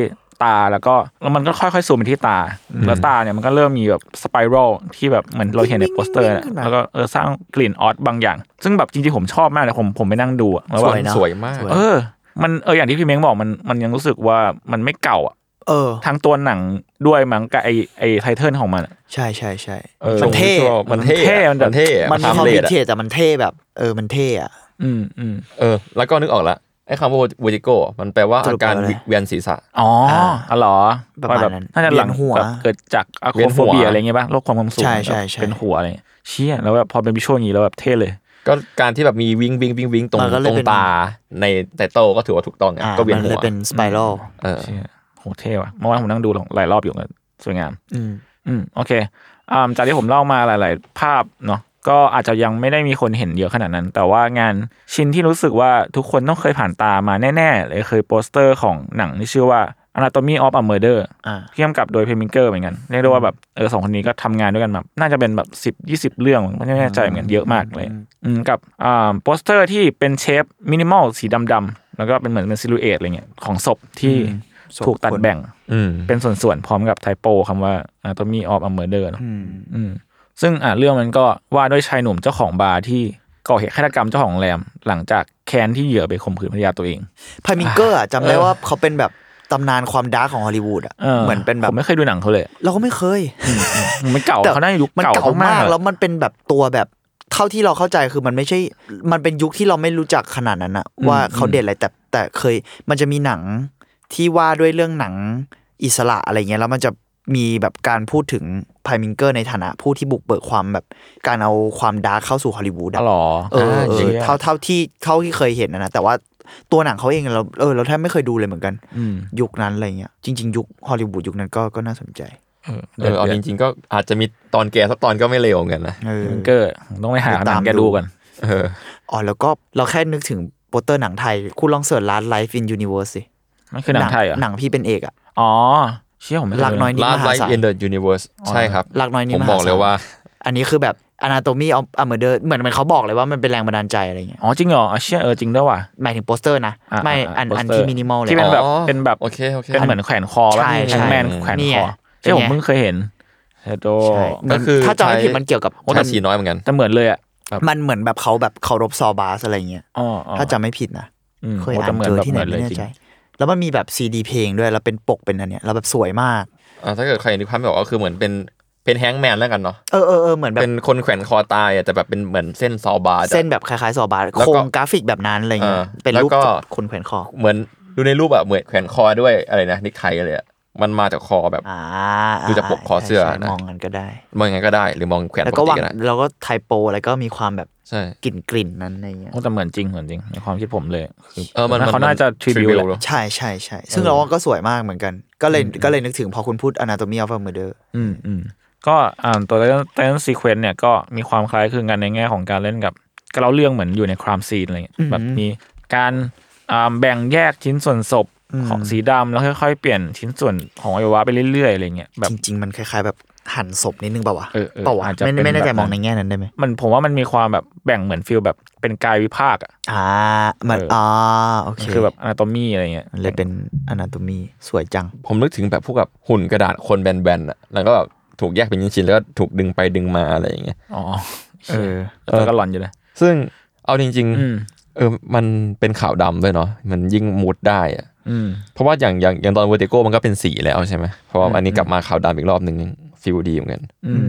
ตาแล้วก็แล้วมันก็ค่อยๆซูมไปที่ตา แล้วตาเนี่ยมันก็เริ่มมีแบบสไปรัลที่แบบเหมือนเราเห็นในโปสเตอร์
วิ่งๆ
นะ
ขึ้นมา
แล้วก็เออสร้างกลิ่นออสบางอย่าง ซึ่งแบบจริงๆผมชอบมากเลยผมผมไปนั่งดูอะแล้ว
ส
แบ
วย
บ
เนอะ
สวยมาก
สวย
เออ มันเอออย่างที่พี่เม้งบอกมันมันยังรู้สึกว่ามันไม่เก่าอ่ะ
เออ
ทั้งตัวหนังด้วยมั้งกับไอไอไทเทิลของมันอะ
ใช่ใช่ใช่
ออ
มันเท่
ผชอบมันเท่อะ
มันเท่
มันเท่อะ
มันมีความ
ทำเล
วิ
ดอะ
เทจแต่มันเท่แบบ เออมันเท่อะ
อืมอืม
เออ แล้วก็นึกออกละไอ้คำว่าวูจิโก้มันแปลว่า
ส
อา
รุป
การ
แปลว่าอะไร
วิกเวียนศีรษะ
อ๋ออ๋อเหรอ
ประมาณ
แบบ
นั้น
น่าจะหลัง
เวียนหัว
แบบเกิดจากอะโค
เวียน
โฟ
หัว
เบียอะไรเงี้ยป่ะโรคความความสูง
ใช่ใช่ใช่
เป็นหัวอะไรเงี้ยเชี่ยแล้วแบบพอเป็นวิชวลอย่างงี้แล้วแบบเท่เลย
ก็การที่แบบมีวิงวิงวิงวิงตรง
มันก็เลย
ตรง
เป็น
ตาในไตเติลก็ถือว่าถูกต้องไง
อ่ะ
ก็เวียน
มัน
หั
เล
วย
เป็นสไปรัล
เออ
เชี่ยโหเท่ว่ะเมื่อวานผมนั่งดูหลายรอบอยู่กันสวยงาม
อืม
อืมโอเคอ่าจากที่ผมเล่ามาหลาย ๆ ภาพเนาะก็อาจจะยังไม่ได้มีคนเห็นเยอะขนาดนั้น แต่ว่างานชิ้นที่รู้สึกว่าทุกคนต้องเคยผ่านตามาแน่ ๆ เลยเคยโปสเตอร์ของหนังที่ชื่อว่า Anatomy of a Murder
อ่า
ที่กำกับโดยเพมิงเกอร์เหมือนกันเรียกได้ว่าแบบเออสองคนนี้ก็ทำงานด้วยกันแบบน่าจะเป็นแบบสิบยี่สิบเรื่องไม่แน่ใจเหมือนกันเยอะมากเลย อืมกับอ่าโปสเตอร์ที่เป็นเชฟมินิมอลสีดำๆแล้วก็เป็นเหมือนเป็นซิลูเอตอะไรเงี้ยของศพที่ถูกตัดแบ่ง
อืม
เป็นส่วนๆ พร้อมกับไทโปคำว่า Anatomy of a Murder เนอะอืมซึ่งอ่ะเรื่องมันก็ว่าด้วยชายหนุ่มเจ้าของบาร์ที่ก่อเหตุฆาตกรรมเจ้าของโรงแรม หลังจากแค้นที่เหยื่อไปข่มขืนภรรยาตัวเอง
พายมิงเกอร์อะจำได้ว่าเขาเป็นแบบตำนานความดาร์กของฮอลลีวูดอ่ะ
เออ
เหมือนเป็นแบ
ผ
บ
มไม่เคยดูหนังเขา
[LAUGHS]
เลย
เราก็ไม่เคย
ผมไม่เก่า
แต่
เขาน่าจะยุค
มัน
เก่า
เก่ามาม
ากกๆ
แล้วมันเป็นแบบตัวแบบเท่าที่เราเข้าใจคือมันไม่ใช่ มันเป็นยุคที่เราไม่รู้จักขนาดนั้นอะว่าเขาเด่นอะไรแต่แต่เคย มันจะมีหนังที่ว่าด้วยเรื่องหนังอิสระอะไรเงี้ยแล้วมันจะมีแบบการพูดถึงพายมิงเกอร์ในฐานะผู้ที่บุกเบิกความแบบการเอาความดาร์กเข้าสู่ฮอลลีวูด
อ๋อ
อะ
เหรอ
เออเอ
เชี่
อย เท่าเท่าที่เท่าที่เคยเห็นนะนะแต่ว่าตัวหนังเขาเองเราเออเราแทบไม่เคยดูเลยเหมือนกัน
อืม
ยุคนั้นอะไรเงี้ยจริง ๆ ยุคฮอลลีวูดยุคนั้นก็ก็น่าสนใจ
เออเอาจริงๆก็อาจจะมีตอนแกสักตอนก็ไม่เลวเหมือนกันนะ
เออ
เกอร์ต้องไปหาหนังแกดูกัน
เออ
อ๋อแล้วก็เราแค่นึกถึงโปสเตอร์หนังไทย คุณลองเสิร์ชร้าน Life in Universe สิ
มันคือหนังไทยเหรอ
หนังพี่เป็นเอกอะ
อ๋อ เชี่ยผมไม่เคย
รักน้อยนิด
ลาม ด
หา
ไลฟ์
ศาล
เอ็นเดอร์ยูนิเวอร์สใช่ครับ
รักน้อยนิ
ผม
มหาศาล
บอกเลยว่า
อันนี้คือแบบอนาโตมีเอาเอาเหมือนเดิมเหมือนเหมือนเขาบอกเลยว่ามันเป็นแรงบันดาลใจอะไรเงี้ย
อ๋อจริงเหรออ๋อเชี่ยเออจริงด้วยว่ะ
หมายถึงโปสเตอร์นะ
อ่ะ
ไม่
อ่ะ
อันอัน
โปสเตอร์
ที่มินิมอลเลย
ที่ เป็นแบบ
อ๋อ
เป็นแบบ
โอเคโอเค
เป็นเหมือนแขวนคอป่ะ
ใช่ใช่
แฮงแมนแขวน
นี่
ค
ไง
อเอ้ย
ใช่ไง
ผมเพิ่งเคยเห็นเฮโด
เหมือน
ก็คือ
ถ้าจำไม่ผิด
ใช้
มันเกี่ยวกับ
โอ้แต่สีน้อยเหมือนกัน
แต่เหมือนเลยอ่ะ
มันเหมือนแบบเขาแบบเคารพซอบาสอะไรเงี้ย
อ๋อ
ถ้าจำไม่ผิดนะ
อืม
เคย
โอ้
อ่า
แต่
น
เหมือ
เจ
น
อ
แบบ
ที่
เห
ไหน
มือนเลย
ไม่แน่
จริง
ใจแล้วมันมีแบบซีดีเพลงด้วยแล้วเป็นปกเป็นอันเนี้ยแล้วแบบสวยมาก
อ่าถ้าเกิดใครนึกภาพไม่ออกก็คือเหมือนเป็นเป็นแฮงก์แมนแล้วกันเนาะ
เออเออเออเหมือนแบบ
เป็นคนแขวนคอตายอ่ะแต่แบบเป็นเหมือนเส้นซอบาร์อะ
เส้นแบบคล้ายๆซอบาส
แล้วก็
โครงกราฟิกแบบนั้นอะไรเงี้ย
เออ
เป็นรูป
แล้วก็
คนแขวนคอ
เหมือนดูในรูปอ่ะเหมือนแขวนคอด้วยอะไรนะนิกไทอะไรอ่ะมันมาจากคอแบบ
อ่า
ดูจากปกคอเสื้อ
ใช่ใช่
นะ
มองกันก็ได้
มองยังไงก็ได้หรือมองแขวน
แล้ว
ป
ก็
ก
วาง
ติก็ได้
แล้วก็ไทโปแล้วก็มีความแบบ
ใช่
กลิ่นกลิ่นๆนั้นอะไรเงี้ย
โอ้แต่เหมือนจริงเหมือนจริงในความคิดผมเลยคื
เออมัน
เขาน่าจะทริบิว
tribute เนอะ
ใช่ใช่ใช่ซึ่งเราว่าก็สวยมากเหมือนกัน ก็เลยก็เลยนึกถึงพอคุณพูด anatomy of a murder
อืมอืมก็อ่านตัวเต้นซีเควนต์เนี่ยก็มีความคล้ายคลึงกันในแง่ของการเล่นกับก็เราเรื่องเหมือนอยู่ในครามซีนอะไรเงี้ยแบบมีการอ่าแบ่งแยกชิ้นส่วนศพของสีดำแล้วค่อยๆเปลี่ยนชิ้นส่วนของอวัยวะไปเรื่อยๆอะไรเงี้ยแบบ
จริง ๆ มันคล้ายๆแบบหั่นศพนิดนึงเปล่าวะ
เออเออ
เปล่าวะ
อาจจะ
ไม่
เป็น
ไม่แน่ใจ
แบบนั้น
มองในแง่นั้นได้ไหม
มันผมว่ามันมีความแบบแบ่งเหมือนฟิลแบบเป็นกายวิภาคอะ
อ่ามัน
เอออ่
อ่าโอเค
คือแบบอนาโตมีอะไรเงี้ย
มันเลยเป็น anatomy สวยจัง
ผมนึกถึงแบบพวกแบบหุ่นกระดาษคนแบนๆอ่ะแล้วก็แบบถูกแยกเป็นชิ้นๆแล้วก็ถูกดึงไปดึงมาอะไรอย่างเงี้ย
อ๋อ
เออ
เออก็หลอนอยู่เลย
ซึ่งเอาจริง ๆ
อืม
เออ มันเป็นขาวดำด้วยเนาะ มันยิ่งมูดได้อะ
อืม
เพราะว่าอย่างอย่างอย่างตอนเวอร์ติโก้มันก็เป็นสีแล้วใช่ไหมเพราะว่าอันนี้กลับมาขาวดำอีกรอบหนึ่งฟิลดีเหมือนกัน
อืม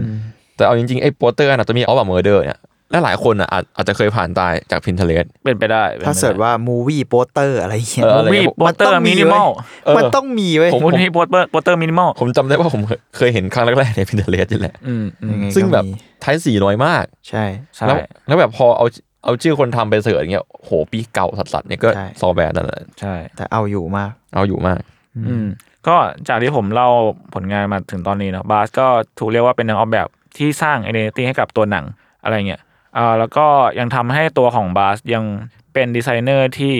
แต่เอาจริงๆ ไอ้โปสเตอร์นะตัวมีออฟแบบเมอร์เดอร์เนี่ยและหลายคนอ่ะอาจอาจจะเคยผ่านตายจากพินเทเลส
เป็นไปได้ป็นไป
ถ้า
ไ
เสิร์ชว่า movie poster อะไรเงี้ย
เออ
มีโปสเตอร์มินิมอล
เออ
มันต้องมีเว้ย
ผม
มูนี่โปสเตอร์โปสเตอร์มินิมอล
ผมจำได้ว่าผมเคยเคยเห็นครั้งแรกๆในพินเทเลสนี่แหละ
อืมอืม
ยัไก็มี
ซึ่งแบบท้ายสีน้อยมาก
ใช่
ใช่
แล้วแล้วแบบพอเอาเอาชื่อคนทำไปเสิร์ชอย่างเงี้ยโหปีเก่าสัสๆเนี่ยก็
ใช่
ซอแบนนั่นแหละ
ใช่
แต่เอาอยู่มาก
เอาอยู่มาก
อืมก็จากที่ผมเล่าผลงานมาถึงตอนนี้เนอะบาสก็ถูกเรียกว่าเป็นนักออกแบบที่สร้างไอเดนตี้ให้กับตัวหนังอะไรเงี้ยอ่าแล้วก็ยังทำให้ตัวของบาสยังเป็นดีไซเนอร์ที่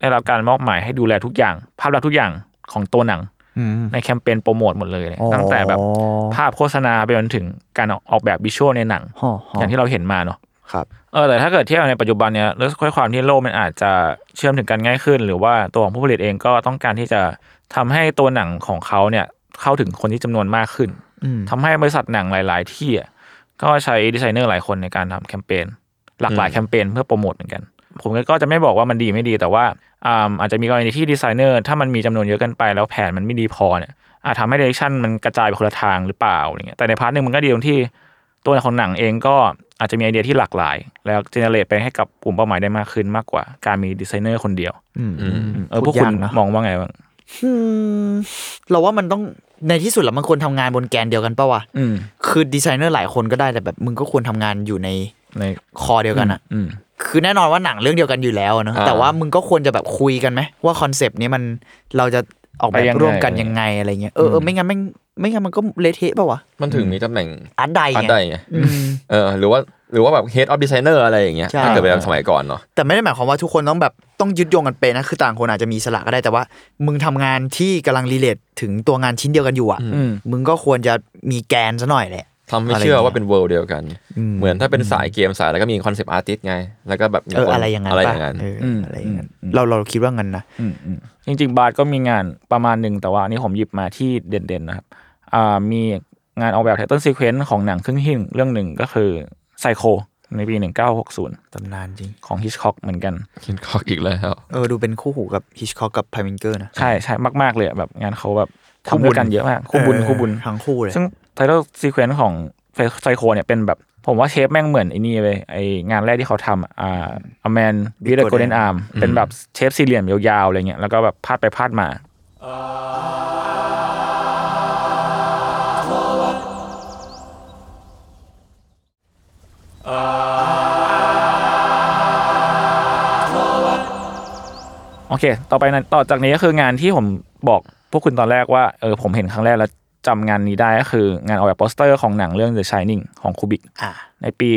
ได้รับการมอบหมายให้ดูแลทุกอย่าง ภาพลักษณ์ทุกอย่างของตัวหนัง
อืม
ในแคมเปญโปรโมทหมดเลยเนี่ย
อ๋อ
ตั้งแต่แบบภาพโฆษณาไปจนถึงการออกแบบวิชวลในหนัง
ห่อ
อ
อย่าง
ที่เราเห็นมาเนอะ
ครับ
เออแต่ถ้าเกิดเทียบในปัจจุบันเนี่ยด้วยความที่โลกมันอาจจะเชื่อมถึงกันง่ายขึ้น หรือว่าตัวของผู้ผลิตเองก็ต้องการที่จะทำให้ตัวหนังของเขาเนี่ยเข้าถึงคนที่จำนวนมากขึ้น
อืม
ทำให้บริษัทหนังหลาย ๆ ที่อะก็ใช้ดีไซเนอร์หลายคนในการทำแคมเปญหลากหลายแคมเปญเพื่อโปรโมทเหมือนกัน ผมก็จะไม่บอกว่ามันดีไม่ดีแต่ว่าอ่าอาจจะมีกรณีที่ดีไซเนอร์ถ้ามันมีจำนวนเยอะเกินไปแล้วแผนมันไม่ดีพอเนี่ยอาจทำให้เดเรคชั่นมันกระจายไปคนละทางหรือเปล่าอะไรเงี้ยแต่ในพาร์ทหนึ่งมันก็ดีตรงที่ ตัวของหนังเองก็อาจจะมีไอเดียที่หลากหลาย แล้วเจเนเรตไปให้กับกลุ่มเป้าหมายได้มากขึ้นมากกว่า การมีดีไซเนอร์คนเดียว
อืม
อืมเออพ
พู
ว
ด
กคุณ
ยากนะ
มองว่าไงบ้าง
อืมเราว่ามันต้องในที่สุดแล้วมันควรทำงานบนแกนเดียวกันปะวะ
อืม
คือดีไซเนอร์หลายคนก็ได้แต่แบบมึงก็ควรทำงานอยู่ใน
ใน
คอเดียวกันอะ
อืม
คือแน่นอนว่าหนังเรื่องเดียวกันอยู่แล้วอะเนอะ
อ่า
แต่ว่ามึงก็ควรจะแบบคุยกันไหมว่าคอนเซปต์นี้มันเราจะออกแบบร่วมกันยังไงอะไรเงี้ยเออเออไม่งั้นไม่งไม่งั้นมันก็เละเทะปะวะ
มันถึงมีตำแหน่ง
อันใด
อัน
ไง
ใดไง
อืม
เออหรือว่าหรือว่าแบบ head of designer อะไรอย่างเงี้ย
ใช่
ถ้าเกิดเป็นแบบสมัยก่อนเนาะ
แต่ไม่ได้หมายความว่าทุกคนต้องแบบต้องยึดโยงกันเป็นนะคือต่างคนอาจจะมีอิสละก็ได้แต่ว่า มึงทำงานที่กำลังรีเลทถึงตัวงานชิ้นเดียวกันอยู่อะ
อืม
มึงก็ควรจะมีแกนซะหน่อยแหละ
ทำให้
อะไรอย่าง
เชื่อ
เงี้
ว่าย เป็นเวิลด์เดียวกัน เหมือนถ้าเป็นสายเกมสายแล้วก็มีคอนเซปต์อาร์ติสไง แล้วก็แบบมี
เออ
คน
อะไรอย่างนั้น
อะไรอ
ป่ะ
ย่างนั้น
เออออะไรอย่างนั้นเราเราคิดว่างั้นนะ
อืมอืมจริงๆ บาร์ก็มีงานประมาณหนึ่งแต่ว่าอันนี้ผมหยิบมาที่เด่นๆนะครับอ่ามีงานออกแบบไทเทิลซีเควนซ์ของหนังครึ่งหิ้งเรื่องหนึ่งก็คือไซโคในปี 1960
ตำนานจริง
ของฮิชคอกเหมือนกัน
คินคอกอีกแล้ว
เออดูเป็นคู่หูกับฮิชคอ k กับไพมิงเกอร์นะ
ใช่ใช่มากๆเลยอะแบบงานเขาแบบทำด้วยกันเยอะมากคู่บุญ
เออ
คู่บุญ
ทั้งคู่เลย
ซึ่งไทเ l ลซีเควนซ์ของไซโคเนี่ยเป็นแบบ ผมว่าเชฟแม่งเหมือนไอ้นี่เลยไองานแรกที่เขาทำอ่าอแมนวิเดอร์โกลเด้นอาร์มเป็นแบบเชฟสี่เหลี่ยมยาวๆอะไรเงี้ยแล้วก็แบบพาดไปพาดมา โอเค ต่อไปนะต่อจากนี้ก็คืองานที่ผมบอกพวกคุณตอนแรกว่าเออผมเห็นครั้งแรกแล้ว จำงานนี้ได้ก็คืองานออกแบบโปสเตอร์ของหนังเรื่อง The Shining ของคูบิก
อ่า
ในปี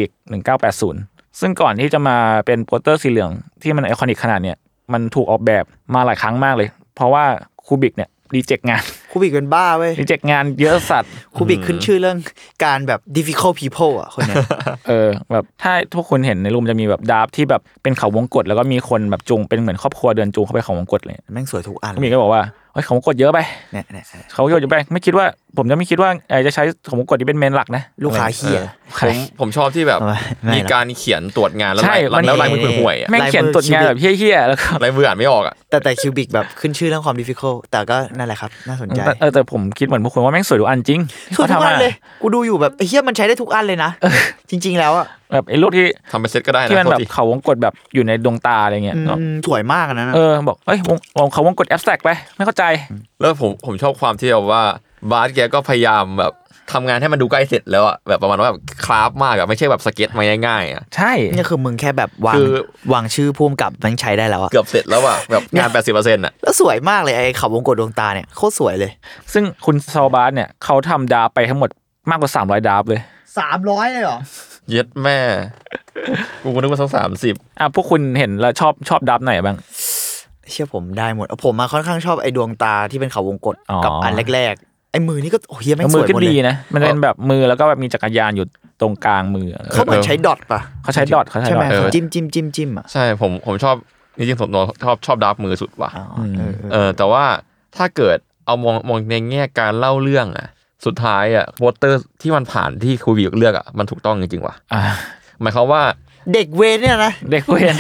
1980 ซึ่งก่อนที่จะมาเป็นโปสเตอร์สีเหลืองที่มันไอคอนิกขนาดเนี้ย มันถูกออกแบบมาหลายครั้งมากเลย เพราะว่าคูบิกเนี่ยรีเจ็คงาน [LAUGHS]
คูบิกเป็นบ้าเว้ย
รีเจ็คงานเยอะสัตว์
คูบิกขึ้นชื่อเรื่องการแบบ difficult people อ่ะคนเนี้ย
เออ แบบถ้าทุกคนเห็นในรูมจะมีแบบดาร์ฟที่แบบเป็นเขาวงกตแล้วก็มีคนแบบจูงเป็นเหมือนครอบครัวเดินจูงเข้าไปเขาวงกตเลย
แม่งสวยทุกอัน
คูบิกก็บอกว่าเฮ้ยเขาวงกตเยอะไป
เนี่ยเนี่ย
เขาเยอะไปไม่คิดว่าผมจะไม่คิดว่าไอจะใช้เขาวงกตที่เป็นเมนหลักนะ
ลูกค้าเฮีย
ผมผมชอบที่แบบ
ไม่ไม่
มีการเขียนตรวจงานแล้ว
ใช่มั
ลาย
น
แล้วลายมือห่วยๆอะ
แม่งเขียนตรวจงานแบบเฮี้ยๆแล้วก็
ลายมืออ่านไม่ออกอ่ะ
แต่แต่คิวบิกแบบขึ้นชื่อเรื่องความ difficult แต่ก็นั่นแหละครับ น่าสนใจ
แต่เออแต่ผมคิดเหมือนพวกคุณว่าแม่งสวยทุกอันจริงที่
สวย
ขา
ทุก
ทำ
อั
มา
นเลย กูดูอยู่แบบเฮียมันใช้ได้ทุกอันเลยนะ จริง ๆ แล้วอ่ะ
แบบไอ้รูปที่
ทำเป็นเซตก็ได้นะ
ที่มัน
โท
แบ
ษ
บ
ที
เขาวงกดแบบอยู่ในดวงตาอะไรเงี้ย
อืม
เนอะ
สวยมากอันนั้นอะ
เออบอกเฮ้ยวงวงเขาวงกดแอปแตกไป ไม่เข้าใจ
แล้วผมผมชอบความที่แบบว่าบาสแกก็พยายามแบบทำงานให้มันดูใกล้เสร็จแล้วอ่ะแบบประมาณว่าแบบคราฟมากอ่ะไม่ใช่แบบสเก็ตมาง่ายๆอ่ะ
ใช่
นี่คือมึงแค่แบบวาง
คือ
วางชื่อพ่วงกับแม่งใช้ได้แล้วอ่ะ
เกือบเสร็จแล้วอ่ะแบบงาน 80%อ่ะ
แล้วสวยมากเลยไอ้เขาวงกตดวงตาเนี่ยโคตรสวยเลย
ซึ่งคุณซอบาสเนี่ยเขาทำดาร์ฟไปทั้งหมดมากกว่า 300 ดาร์ฟเลย
300 เลยเหรอ
เย็ดแม่กูนึกว่าสักสามสิบ
อ่ะพวกคุณเห็นแล้วชอบชอบดาร์ฟไหนบ้าง
เชื่อผมได้หมดผมมาค่อนข้างชอบไอ้ดวงตาที่เป็นเขาวงกต
อ๋อ
กับอันแรกๆไอ้มือนี่ก็โอ้เฮียแม่งส
มื
วย
ก็
หมดเล
ดี
ย
นะ มันเป็นแบบมือแล้วก็แบบมีจักรยานอยู่ตรงกลางมือ
เขาเหมือนใช้ดอทป่ะ
เขาใช้ดอทเขาใช้
ใช่ไหม
ดอท
เขาจิ้มจิ้มจิ้มจิ้มอ่ะ
ใช่ผมผมชอบจริงๆผมชอบชอบดับมือสุดว่ะ
อ๋อเออเออ
เออแต่ว่าถ้าเกิดเอามองมองในแง่การเล่าเรื่องอ่ะ สุดท้ายอ่ะโปสเตอร์ที่มันผ่านที่ครูบิวเลือกอ่ะมันถูกต้องจริงๆว่ะ
อ่ะ
หมายความว่า
เด็กเวรเนี่ยนะ
เด็กเวน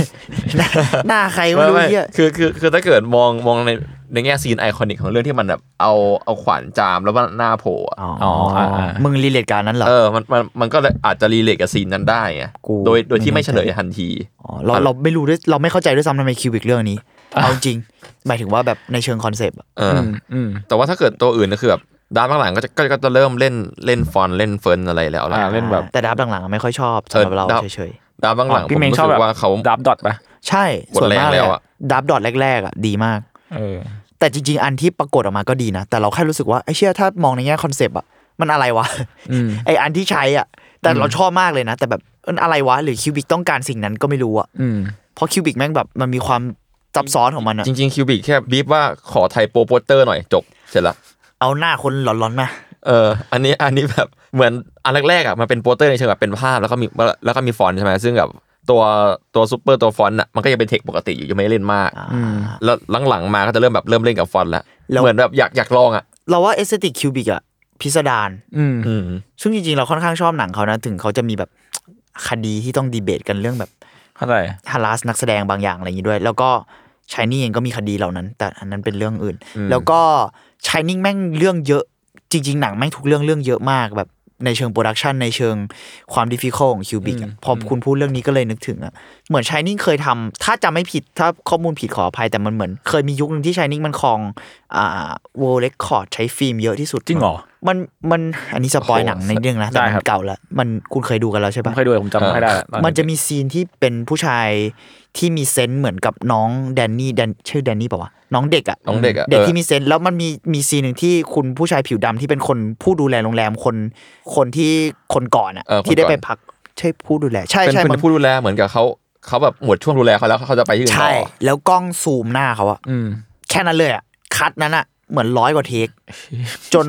หน้าหน้าใครไม่รู้
ไม่
เหี้ย
คือคือคือถ้าเกิดมองมองในในแง่ซีนไอคอนิกของเรื่องที่มันแบบเอาเอาขวานจามแล้วก็หน้าโผล่อะ
อ๋ออ่ะอ่ะมึงรีเลทการนั้นเหรอ
เออมันมันมันก็เลยอาจจะรีเลทกับซีนนั้นได้ไง
กู
โดยโดยที่ไม่เฉลยทันที
อ๋อเราเราไม่รู้ด้วยเราไม่เข้าใจด้วยซ้ำทำไมคิวบิกเรื่องนี้ เอาจริง หมายถึงว่าแบบในเชิงคอนเซปต์อะ
เอออ
อืม
แต่ว่าถ้าเกิดตัวอื่นก็คือแบบด้านหลังๆก็จะก็ก็จะเริ่มเล่นเล่นฟอนต์เล่นเฟิร์นอะไรแล้ว
อ่ะ
ล่ะ
เล่นแบบ
แต่ดับหลังๆอะไม่ค่อยชอบสำหรับ
เออ
เรา
ดับ
เฉย
ด้านหลังๆผ
พี่
ม
เมง
รู้
ชอบ
สึ
แบ
ก
บ
ว่าเขา
ดาร์ฟดอทปะ
ๆ ใใช่
กด
ส่วนมากเลย
แรงแล้ว
อะ
อะ
ดับดอทแรกๆอะดีมาก
เออ
แต่จริง ๆ อันที่ปรากฏออกมาก็ดีนะ แต่เราแค่รู้สึกว่าไอ้เชี่ยถ้ามองในแง่คอนเซปต์อะมันอะไรวะ
อืม
ไออันที่ใช้อะแต่เราชอบมากเลยนะ แต่แบบมันอะไรวะหรือคิวบิกต้องการสิ่งนั้นก็ไม่รู้อะ
อืม
เพราะคิวบิกแม่งแบบมันมีความซับซ้อนของมันอะ
จริงๆคิวบิกแค่บีบว่าขอไทยโปรโปสเตอร์หน่อยจบเสร็จละ
เอาหน้าคนหลอนๆมา
เอออันนี้อันนี้แบบเหมือนอันแรกๆอ่ะมันเป็นโปสเตอร์ในเชิงแบบเป็นภาพแล้วก็มีแล้วก็มีฟอนต์ใช่ไหมซึ่งแบบตัวตัวซูเปอร์ตัวฟอนต์อ่ะมันก็ยังเป็นเทคปกติอยู่ยังไม่ได้เล่นมากแล้วหลังๆมาก็จะเริ่มแบบเริ่มเล่นกับฟอนต์ละ
แล้ว
เหมือนแบบอยากอยากลองอ่ะ
เราว่าเอสเตติกคิวบิกอะพิสดาร
อืม
อืม
ซึ่งจริงๆ เราค่อนข้างชอบหนังเขานะ ถึงเขาจะมีแบบ คดีที่ต้องดีเบตกันเรื่องแบบ
เข้าใจ
ฮาราสนักแสดงบางอย่างอะไรอย่างนี้ด้วย แล้วก็ชายนี่เองก็มีคดีเหล่านั้น แต่อันนั้นเป็นเรื่องอื่น แล้วก็ชายนิ่งแม่งเรื่องเยอะ จริง ๆ หนังแม่งทุกเรื่องเรื่องเยอะมากแบบในเชิงโปรดักชันในเชิงความดิฟิคอลของคิวบิกพอคุณพูดเรื่องนี้ก็เลยนึกถึงอะเหมือนชายนิ่งเคยทำถ้าจำไม่ผิดถ้าข้อมูลผิดขออภัยแต่มันเหมือน เคยมียุคหนึ่งที่ชายนิ่งมันครองอ่าวอลเลคคอร์ดใช้ฟิล์มเยอะที่สุด
จริงเหรอ
มันมันอันนี้สปอยหนังในเรื่องนะแต่
ได้ค
มั
รั
น
บ
เก่าแล้วมันคุณเคยดูกันแล้วใช่
ผม
ปะ
เคยดูแต่ผมจำไม่ค่อยได้ละตอ
มันจะมีซีนที่เป็นผู้ชายที่มีเซนส์เหมือนกับน้องแดนนี่แดนชื่อแดนนี่ป่าวะน้องเด็กอะ
น้องเด็กอ่ะ
เด็ก
ออ
ที่มีเซนส์แล้วมันมีมีซีนหนึ่งที่คุณผู้ชายผิวดำที่เป็นคนผู้ดูแลโรงแรมคนคนที่คนก่อนอะ
เออคนก่อน
ที่ได้ไปพักใช่ผู้ดูแล ใช่
เป็น
ใช่
เป็น
มัน
ผู้ดูแลเหมือนกับเขาเขาแบบหมดช่วงดูแลเขาแล้วเขาจะไปที่อื่นต่อ
ใช่ แล้วกล้องซูมหน้าเขาอะ
อืม
แค่นั้นเลยอะคัดนั้นอะเหมือนร้อยกว่าเทค จน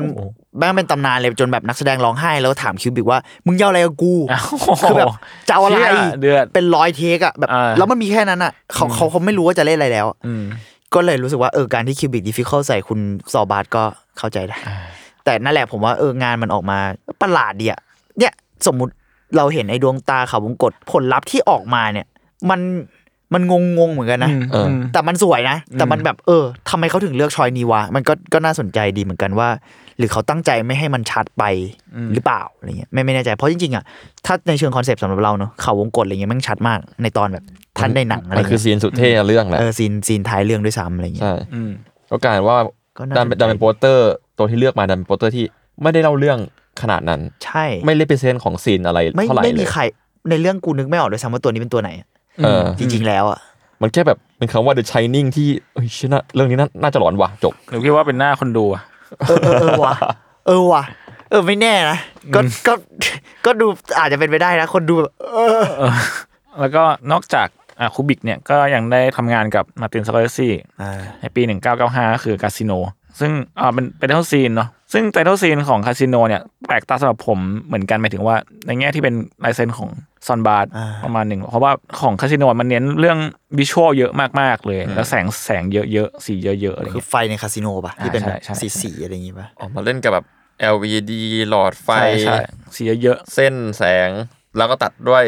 แม่งเป็นตำนานเลยจนแบบนักแสดงร้องไห้แล้วถามคิวบิกว่า มึงจะเอาอะไรกับกู
อ้าว
คือแบบจะเอาอะไร
เชี่ยเดือด
นร้อยเทคอะแบบ
อ่า
แล้วมันมีแค่นั้นอะเขาเขาเขาไม่รู้ว่าจะเล่นอะไรแล้วอะ
อืม
ก็เลยรู้สึกว่าเออการที่คิวบิกดิฟิเคิลใส่คุณซอบาร์ก็เข้าใจได้ แต่นั่นแหละผมว่าเอองานมันออกมาประหลาดดีอะเนี่ยสมมุติเราเห็นไอ้ดวงตาเขาวงกตผลลัพธ์ที่ออกมาเนี่ย มันมันงงงๆเหมือนกันนะ
อืม
เออ
แต่มันสวยนะ แต่มันแบบเออทำไมเขาถึงเลือกชอยนี้วะมันก็ก็น่าสนใจดีเหมือนกันว่า หรือเขาตั้งใจไม่ให้มันชัดไปหรือเปล่าอะไรเงี้ยไม่ไม่แน่ใจเพราะจริงๆอ่ะถ้าในเชิงคอนเซปต์สำหรับเราเนอะเขาวงกตอะไรเงี้ยแมันชัดมากในตอนแบบท่านในหนังอะไร
มันคือ
เงี้ย
ซีนสุดเท่เรื่องแหละ
เออซีนซีนท้ายเรื่องด้วยซ้ำอะไรเงี้ย
ใช่
อืม
ก็กลายเป็นว่า
ก็น่า
ดันเป็น
สนใจ
ดันเป็นโปสเตอร์ตัวที่เลือกมาดันเป็นโปสเตอร์ที่ไม่ได้เล่าเรื่องขนาดนั้น
ใช่
ไม่เลเปเซนของซีนอะไร
ไม่
เท่าไหร่
ไม่
เล
มี
ย
ใครในเรื่องกูนึกไม่ออกด้วยซ้ำว่าตัวนี้เป็นตัวไหน
เออ
จริง ๆ แล้ว
[LAUGHS]
อ่ะ
มันแค่แบบเป็นคำว่า The Shining ที่เอ้ยเชยนะเรื่องนี้น่าน่าจะหลอนว่ะจบ
หนูคิดว่าเป็นหน้าคนดูอะ
เออเออเออว่ะเอ เออว่ะ เออไม่แน่นะก็ก็ก็ดูอาจจะเป็นไปได้นะ คนดูแบบเออ
แล้วก็นอกจากอ่ะคูบิกเนี่ยก็ยังได้ทำงานกับมาตินสกอร์เซซี
อ่า
ในปี 1995ก็คือคาสิโน ซึ่งอ่าเป็นเป็นไททซีนเนาะซึ่งไททซีนของคาสิโนเนี่ยแปลกตาสำหรับผมเหมือนกันหมายถึงว่า ในแง่ที่เป็นลายเซ็นของซอนบาร์ดประมาณหนึ่ง เพราะว่าของคาสิโนมันเน้นเรื่องวิชวลเยอะมากๆเลย แล้วแสงแสงเยอะๆสีเยอะๆอะไร
คือ
เงี้ย
ไฟในคาสิโนป่ะที่เป็นแบบ
ใช่ใช่
สีสีๆอะไรอย่างงี้ป่ะ
ออกมาเล่นกับแบบ LED หลอดไฟ
ใช่ใช่สีเยอะ
เส้นแสง แล้วก็ตัดด้วย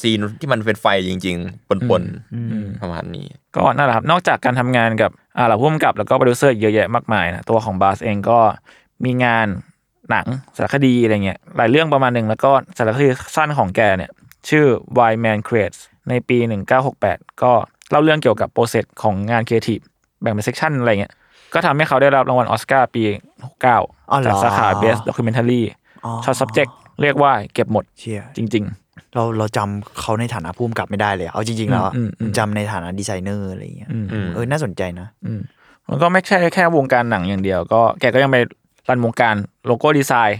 ซีนที่มันเป็นไฟจริง ๆ ปนๆประมาณนี้
ๆก็นั่นแหละครับนอกจากการทำงานกับอ่าเหล่าผู้กำกับแล้วก็โปรดิวเซอร์อีกเยอะแยะมากมายนะตัวของบาสเองก็มีงานหนังสารคดีอะไรเงี้ยหลายเรื่องประมาณหนึ่งแล้วก็สารคดีสั้นของแกเนี่ย ชื่อ Why Man Creates ในปี 1968 ก็เล่าเรื่องเกี่ยวกับโปรเซสของงานครีเอทีฟแบ่งเป็นเซกชันอะไรเงี้ยก็ทำให้เขาได้รับรางวัลออสการ์ปี
อเห
69
รอ
จากสาขา Best Documentary ช็อต subject เรียกว่าเก็บหมด
เชี่ย
จริง ๆ
เราเราจำเขาในฐานะผู้กำกับไม่ได้เลยอะเอาจริง ๆ แล้วอะ
อืมอืม
จำในฐานะดีไซเนอร์อะไรอย่างเงี้ยเออน่าสนใจนะ
มันก็ไม่ใช่แค่วงการหนังอย่างเดียว ก็แกก็ยังไปรันวงการโลโก้ดีไซน์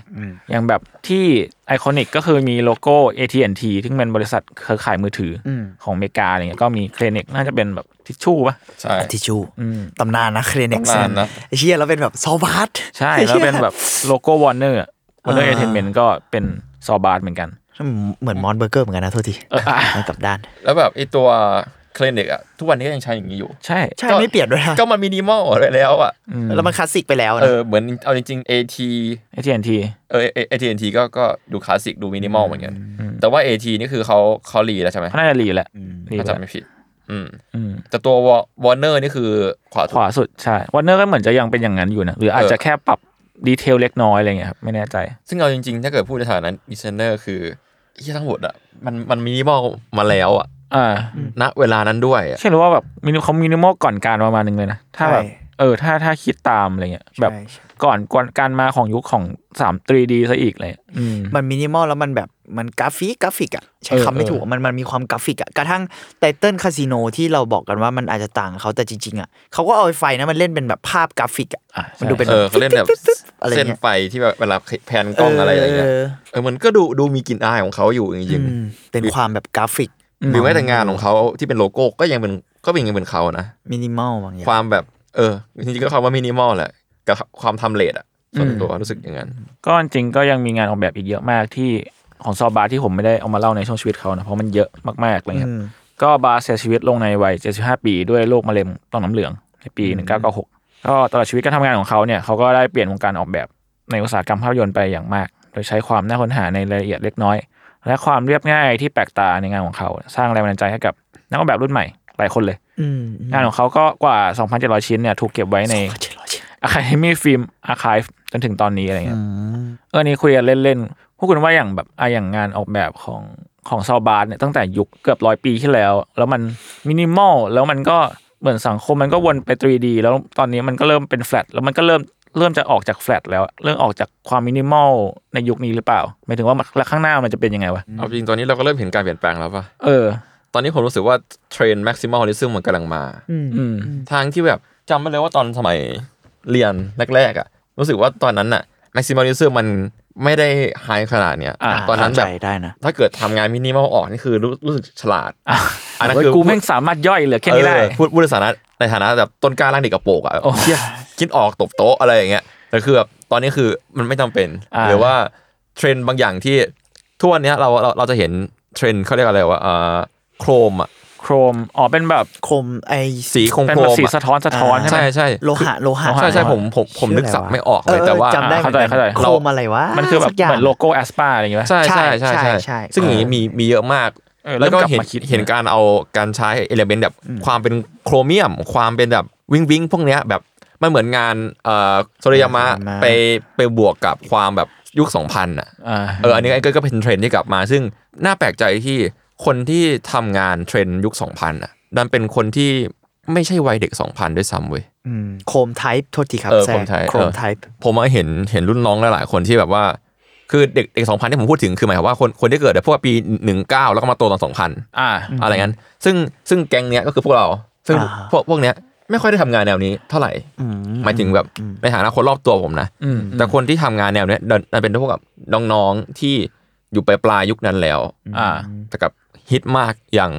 อย่างแบบที่ไอคอนิกก็คือมีโลโก้ AT&T ซึ่งเป็นบริษัทเครือข่ายมือถืออ
ม
ของอเมริกาอะไรเงี้ยก็มีเคลนิกน่าจะเป็นแบบทิชชู่ปะ
ใช่
ทิชชู
อืม
ตำนานนะเครเน็กซ์
ตำนานนะ
ไอ้เชี่ยแล้วเป็นแบบซอบาร์ด
ใช่
[LAUGHS]
แล้วเป็นแบบโลโก้วอร์เนอร์วอร์เนอร์เอเทนเมนต์ก็เป็นซอบาร์ดเหมือนกัน
เหมือนมอนเบอร์เกอร์เหมือนกันนะโทษที
เอออ่ะ
กลับด้าน
แล้วแบบไอตัวคลินิกอะทุกวันนี้ก็ยังใช้อย่างนี้อยู่
ใช่
ใช่
ก็
ไม่เปลี่ยนด้วยนะ
ก็มันมินิมอลอะไรแล้วอะ
แล้วมันคลาสสิกไปแล้ว
เอ
นะ
อเหมือนเอาจริงๆ AT
AT&T
เออ AT&T ก็ก็ดูคลาสสิกดูมินิมอลเหมือนกัน แต่ว่า AT นี่คือเขาเขารีแล้วใช่ไหม
เขาน่าจะรีแหละรี
ถ้า
แหละ
จำไม่ผิด อืม
อืม
แต่ตัววอร์เนอร์นี่คือขวาสุ
ข
ด
วาสุดใช่วอร์เนอร์ก็เหมือนจะยังเป็นอย่างนั้นอยู่นะหรืออาจจะแค่ปรับดีเทลเล็กน้อยอะไรเงี้ยครับไม่แน่ใจ
ซึ่งเอาจริงๆ ถ้าเกิดพูดในฐานะดีไซเนอร์คือที่ทั้งหมดอ่ะมันมันมินิมอลมาแล้วอ่ะ
อ่า
ณเวลานั้นด้วยอะ
ใช่หรือว่าแบบมินิเขามินิมอลก่อนการประมาณหนึ่งเลยนะ ถ้าแบบ
ใช่
เออถ้าถ้าคิดตามอะไรเงี้ย แบบ
ใช่ใช่
ก่อนก่อนการมาของยุคของสาม 3D ซะอีกเลย อืม
มันมินิมอลแล้วมันแบบมันกราฟิกกราฟิกอ่ะใช้
เออ
คำไม่
เออ
ถูกมันมันมีความกราฟิกอ่ะกระทั่งไตเติลคาสิโนที่เราบอกกันว่ามันอาจจะต่างกับเขาแต่จริงๆอ่ะเขาก็เอาไฟนะมันเล่นเป็นแบบภาพกราฟิกอ่ะ
อ่ะใช่
มันดูเป็น
เออเขาเล่นแบบ
ตึ๊ดๆๆอะไร
เส้น
เงี้ย
ไฟที่แบบเวลาแพนกล้องอะไรอะไรเงี้ย
เออ
เออมันก็ดูดูมีกลิ่นอายของเขาอยู่จริง
อืมเป็นความแบบกราฟิก
ๆหรือแม้แต่งานของเขาที่เป็นโลโก้ก็ยังเป็นก็เป็นยังเป็นเขานะ
มินิมอลบางอย่าง
ความแบบ เออจริงๆก็คำว่ามินิมอลแหละกับความทำเลทอ่ะส่วนตัวรู้สึกอย่างนั้น
ก็จริงๆก็ยังมีงานออกแบบอีกเยอะมากที่ของซอบาร์ที่ผมไม่ได้เอามาเล่าในช่วงชีวิตเขานะ เพราะมันเยอะมากๆเลยครับ ก็บาร์เสียชีวิตลงในวัย 75 ปีด้วยโรคมะเร็งต่อมน้ำเหลือง ในปี 1996 ก็ตลอดชีวิตการทำงานของเขาเนี่ยเขาก็ได้เปลี่ยนวงการออกแบบในอุตสาหกรรมภาพยนตร์ไปอย่างมาก โดยใช้ความน่าค้นหาในรายละเอียดเล็กน้อย และความเรียบง่ายที่แปลกตาในงานของเขา สร้างแรงบันดาลใจให้กับนักออกแบบรุ่นใหม่หลายคนเลย
อืม
งานของเขาก็กว่า 2,700 ชิ้นเนี่ยถูกเก็บไว้ใน Academy Film Archive จนถึงตอนนี้อะไรเงี้ย เออนี่คุยกันเล่นๆ พวกคุณว่าอย่างแบบอะอย่างงานออกแบบของของซาวบาร์เนี่ยตั้งแต่ยุคเกือบร้อยปีที่แล้ว แล้วมันมินิมอลแล้วมันก็เหมือนสังคมมันก็วนไป 3D แล้วตอนนี้มันก็เริ่มเป็นแฟลตแล้วมันก็เริ่มเริ่มจะออกจากแฟลตแล้วเริ่มออกจากความมินิมอลในยุคนี้หรือเปล่าหมายถึงว่ามันแล้วข้างหน้ามันจะเป็นยังไงวะ
เอาจริงตอนนี้เราก็เริ่มเห็นการเปลี่ยนแปลงแล้วป่ะ
เออ
ตอนนี้ผมรู้สึกว่าเทรนด์แม็กซิมอลลิซึมมันกำลังมา
อืม
ทางที่แบบจำไม่เลยว่าตอนสมัยเรียนแรกๆอ่ะรู้สึกว่าตอนนั้นน่ะแม็กซิมอลิซึมมันไม่ได้ไฮขนาดเนี้ย
อ่า
ตอนนั้นแบบ
เข้าใจได้นะ
ถ้าเกิดทำงานมินิมอลออกนี่คือรู้รู้สึกฉลาดอันนั้น
เว้ย
คือ
กูแม่งสามารถย่อยเหลือแค่นี้ได้
เออพูดพูดในฐานะในฐานะแบบต้นกล้าล่างเด็กกระโปรงอ่ะ
โอ้
เชี่ยคิดออกตบโต๊ะอะไรอย่างเงี้ยแต่คือแบบตอนนี้คือมันไม่จำเป็น
อ่า
หรือว่าเทรนด์บางอย่างที่ทั่วนเนี้ยเราเราเราจะเห็นเทรนด์เขาเรียกอะไรว่าเอ่อโครมอ่ะ
โครมอ๋อเป็นแบบ
คมไอ
สีโครม
เป็น
โคร
แบบ
ม
สี
อะ
สะท้อนสะท้อนใช่ไหม
ใช่ใช่
โลหะโลหะ
ใช่ใช่ผมผมผมนึกสับไม่ออกเลยแต่ว่า
จำได้
เข้าใจ
หมือนกัน
เข้าใจ
โคมอะไรวะ
มันคือแบบ
สักย่าง
เหมือนโลโก้แอสปาอะไรอย่างเงี้ย
ใช่ใช่ใช่
ใช่
ใช่
ใช่
ซึ่งอย่างนี้มีมีเยอะมาก
เออ
แล้วก็
เริ่มกลับ
เห็น
มาคิด
เห็นการเอาการใช้เอลเมนต์แบบความเป็นโครเมียม ความเป็นแบบวิงวิงพวกเนี้ยแบบมันเหมือนงานเอ่อโซริยามะ
Sorayama
ไปไปบวกกับความแบบยุค 2000อ่ะ
อ่า
เอออันนี้ไอ้ก็เป็นเทรนด์ที่กลับมา ซึ่งน่าแปลกใจที่คนที่ทำงานเทรนด์ยุค 2000อ่ะดันเป็นคนที่ไม่ใช่วัยเด็ก 2000 ด้วยซ้ำเว้ย
อืมโคมไทป์โทษทีครับ
เออ
แซ
โคมไทป์
โคม
เออ
ไทป์
ผมมาเห็นเห็นรุ่นน้องหลายๆคนที่แบบว่า คือเด็กเด็กสองพันที่ผมพูดถึงคือหมายความว่าคนคนที่เกิดในพวกปีหนึ่งเก้าแล้วก็มาโตตอนสองพัน
อ่า
อะไรงั้น ซึ่งซึ่งแก๊งเนี้ยก็คือพวกเรา ซึ่งพวกพวกเนี้ย ไม่ค่อยได้ทำงานแนวนี้เท่าไหร่
อื
หมายถึงแบบในฐานะคนรอบตัวผมนะ
อืม
แต่คนที่ทำงานแนวเนี้ยดันดันเป็นพวกกับน้องๆที่อยู่ปลายปลายๆยุคนั้นแล้ว
อ่า
แต่กับฮิตมากอย่าง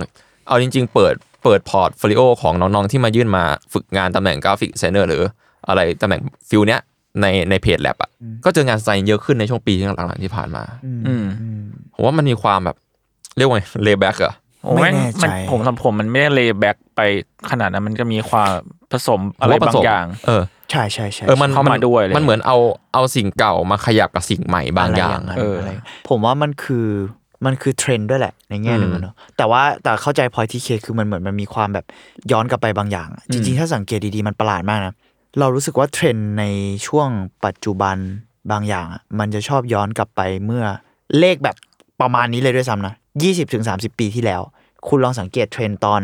เอาจริง ๆ เปิดเปิดพอร์ตโฟลิโอของน้องๆที่มายื่นมาฝึกงานตำแหน่งกราฟิกดีไซเนอร์หรืออะไรตำแหน่งฟิลเนี้ยในในเพจแลบอ่ะก็เจองานดีไซน์เยอะขึ้นในช่วงปีหลังๆที่ผ่านมา
อืม
ผมว่ามันมีความแบบเรียกว่าเลแบ็กอะ
โอ้แม่งมันผมสำหรับผมมันไม่ได้เลย์แบ็กไปขนาดนั้นมันก็มีความผสมอะไร
ผมว่ผ
บา
ส
ง
ม
อย่าง
เออ
ใช่ใช่ใช่
เออมัน
เข้ามาด้วยอะไร
มันเหมือนเอาเอาสิ่งเก่ามาขยับกับสิ่งใหม่บางอย่าง
ะไร
เอออ
ะไรผมว่ามันคือมันคือเทรนด์ด้วยแหละ ในแง่หนึ่ง
อืม
อะเนอะแต่ว่าแต่เข้าใจพอยที่เคคือมันเหมือนมันมีความแบบย้อนกลับไปบางอย่างอะจริงๆ ถ้าสังเกตดีๆ มันประหลาดมากนะ เรารู้สึกว่าเทรนด์ในช่วงปัจจุบันบางอย่างอะมันจะชอบย้อนกลับไปเมื่อเลขแบบประมาณนี้เลยด้วยซ้ำนะ20-30ถึง30 ปีที่แล้ว คุณลองสังเกตเทรนด์ตอน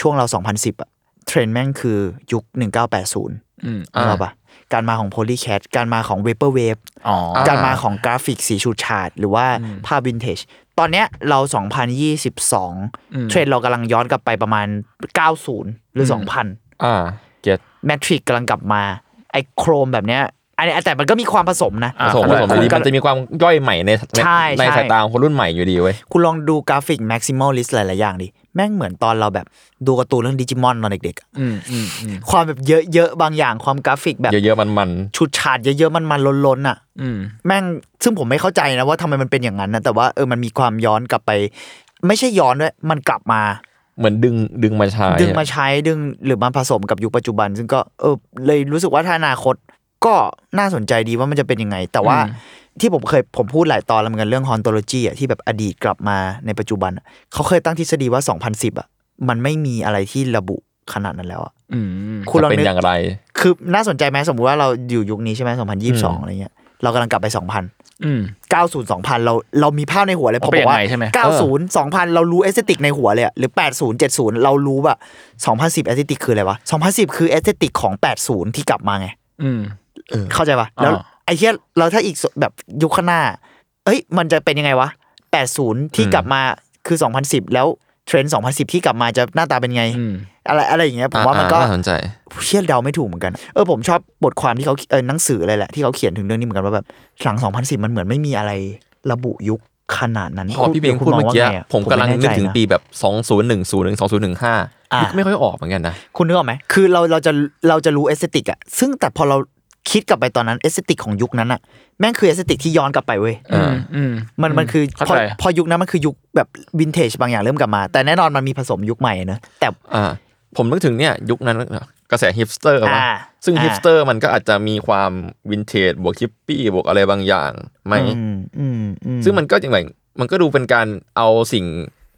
ช่วงเรา 2010อะเทรนด์แม่งคือยุค 1980
อืม
นึกออกปะการมาของ Polycat การมาของ Vaporwave
อ๋อ
การมาของกราฟิกสีฉูดฉาด หรือว่าภาพวินเทจ ตอนเนี้ยเรา
อืม
2022 เทรนด์เรากำลังย้อนกลับไปประมาณ 90 หรือ 2,000
อ่าเก็ต
Matrix กำลังกลับมา ไอ้โครมแบบเนี้ยอันนี้แต่มันก็มีความผสมนะ
ผสมผสม
คุณ
ดี
กำลั
มั
ง
นจะมีความย่อยใหม่ในใน
ใช่
ใน
ใช่
สายตาของคนรุ่นใหม่อยู่ดีเว้ย
คุณลองดูกราฟิก maximalist หลาย ๆ อย่างดิ แม่งเหมือนตอนเราแบบดูการ์ตูนเรื่องดิจิมอนตอนเด็ก ๆอะ
อืมอืมอืม
ความแบบเยอะ ๆ บางอย่างความกราฟิกแบบ
เยอะๆมัน
ฉูดฉาดเยอะ ๆ มันๆล้นๆอ่ะ
อืม
แม่งซึ่งผมไม่เข้าใจนะว่าทำไมมันเป็นอย่างนั้นนะแต่ว่าเออมันมีความย้อนกลับไป ไม่ใช่ย้อนด้วยมันกลับมา
ๆเหมือนดึงดึงมาใช้
ดึงมาใช้ดึงหรือมาผสมกับยุคปัจจุบัน ซึ่งก็เออเลยรู้สึกว่าถ้าอนาคตก็น่าสนใจดีว่ามันจะเป็นยังไง แต่ว่า
อืม
ที่ผมเคยผมพูดหลายตอนแล้วเหมือนกันเรื่องฮอนโตโลจีอ่ะที่แบบอดีตกลับมาในปัจจุบันอะเขาเคยตั้งทฤษฎีว่า 2010อ่ะมันไม่มีอะไรที่ระบุขนาดนั้นแล้วอ่ะ
อืม
คุณลอ
จะ
ง
เป็น
นึก
อย่างไร
คือน่าสนใจไหมสมมติว่าเราอยู่ยุคนี้ใช่ไหม2022อะไรเงี้ยเรากำลังกลับไป 2000
อืม
90 2000 เราเรามีภาพในหัวเลยพอบอกว่า
เป็นยังไงใช่ไหม
90 2000 เรารู้เอสเตติกในหัวเลยอะหรือ 80 70 เรารู้แบบ2010เอสเตติกคืออะไรวะ 2010 คือเอสเตติกของ 80 ที่กลับมาไง
อืม
เข้าใจปะแล้ว
อ่า
ไอ้เหี้ยเราถ้าอีกแบบยุคข้างหน้า เอ้ย มันจะเป็นยังไงวะ 80 ที่กลับมาคือ 2010 แล้วเทรนด์2010 ที่กลับมาจะหน้าตาเป็นไง
อืม
อะไรอะไรอย่างเงี้ยผมว่ามันก็
อ่น่สนใจ
เชี่ยเดาไม่ถูกเหมือนกัน เออผมชอบบทความที่เขาเออหนังสืออะไรแหละที่เขาเขียนถึงเรื่องนี้เหมือนกันว่าแบบหลัง 2010 มันเหมือนไม่มีอะไรระบุยุคขนาดนั้น
พอพี่เพียงพูดเมื่อกี้
คุณงว่าไงะ
ผมกำลังนึกถึง
ผมไม่แใจะ
ปีแบบ 2010ถึง
อ่ะ
2015 ไม่ค่อยออกเหมือนกันนะ
คุณนึกออกไหมคือเราเราจะเราจะรู้เอสเตติกอะซึ่งแต่พอเราคิดกลับไปตอนนั้นเอสเตติกของยุคนั้นอะแม่งคือเอสเตติกที่ย้อนกลับไปเว้ย
เออ
อืม
มันมันคือ
เข้า
พอ
ใจ
พอยุคนั้นมันคือยุคแบบวินเทจบางอย่างเริ่มกลับมา แต่แน่นอนมันมีผสมยุคใหม่เนอะแต่
อ่า ผมนึกถึงเนี่ยยุคนั้นกระแสฮิปสเตอร์
อ่า
ซึ่ง
อ่า
ฮิปสเตอร์มันก็อาจจะมีความวินเทจบวกฮิปปี้บวกอะไรบางอย่างไหม
อืมอืมอืม
ซึ่งมันก็อย่างไรมันก็ดูเป็นการเอาสิ่ง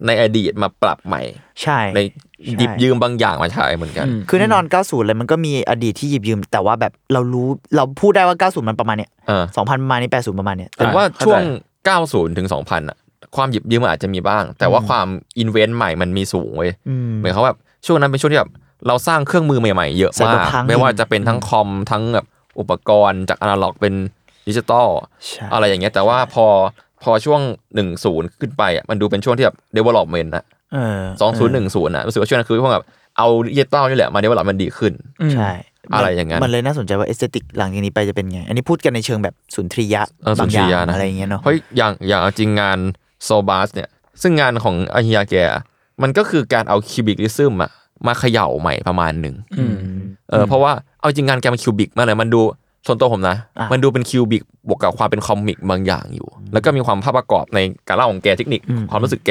ในอดีตมาปรับใหม่
ใช่
ใน
ใช่
หยิบยืมบางอย่างมาใช้เหมือนกัน
คือแน่นอน 90 เลยมันก็มีอดีตที่หยิบยืม แต่ว่าแบบเรารู้เราพูดได้ว่า 90 มันประมาณเนี้ย
เออ
2,000ประมาณนี้80 ประมาณเนี้ย
ผ
แต่
ม
ว่า
ว่า
เข้าใจ
ช่วง 90 ถึง 2000อะความหยิบยืมมันอาจจะมีบ้าง แต่ว่าความอินเวนต์ใหม่มันมีสูงเว้ยเหมือนเขามแบบช่วงนั้นเป็นช่วงที่แบบเราสร้างเครื่องมือใหม่ๆ เยอะมาก
Cyberpunk
ไม่ว่าจะเป็นทั้งคอมทั้งแบบอุปกรณ์จากอนาล็อกเป็นดิจิตอล
ใช่
อะไรอย่างเงี้ยแต่ว่าพอพอช่วง 10 ขึ้นไปอะมันดูเป็นช่วงที่แบบ development อะ
เออ
2010อะรู้สึกว่าช่วงนั้นคือพวกแบบเอาดิจิตอลนี่แหละมา develop มันดีขึ้น
ใช่
อะไรอย่างนั้
นั้น
น
มันเลยน่าสนใจว่าเอสเตติกหลังจากนี้ไปจะเป็นไง อันนี้พูดกันในเชิงแบบสุนทรียะ
เออบ
างอ
สุนทรี
ย่าง
ยะนะ
อะไรอย่างเงี้ยเนาะ
เพราะอย่างอย่างเอาจริงงานโซบาสเนี่ย ซึ่งงานของอาฮิยาแกะมันก็คือการเอาคิวบิกลิซึมอะมาเขย่าใหม่ประมาณหนึ่ง
อืม
เออเพราะว่าเอาจริงงานแกมันคิวบิกมากเลยมันดูส่วนตัวผมนะ มันดูเป็นคิวบิกบวกกับความเป็นคอมิกบางอย่างอยู่ แล้วก็มีความภาพประกอบในการเล่าของแกเทคนิคความรู้สึกแก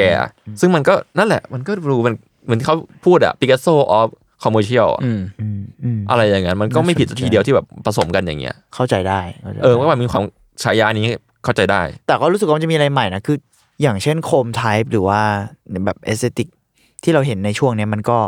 ซึ่งมันก็นั่นแหละ มันก็ดูมันเหมือนที่เขาพูดอะปิกัสโซออฟคอมเมอร์เชียล
อืม
อืมอืม
อะไรอย่างนั้นมันก็ไม่ผิดสักทีเดียวที่แบบผสมกันอย่างเงี้ย
เข้าใจได้ข้าใจได้
เออว่ามันมีความฉายานี้เข้าใจได้
แต่ก็รู้สึกว่ามันจะมีอะไรใหม่นะ คืออย่างเช่นโคมไทป์หรือว่าแบบเอสเตติกที่เราเห็นในช่วงเนี้ยมันก็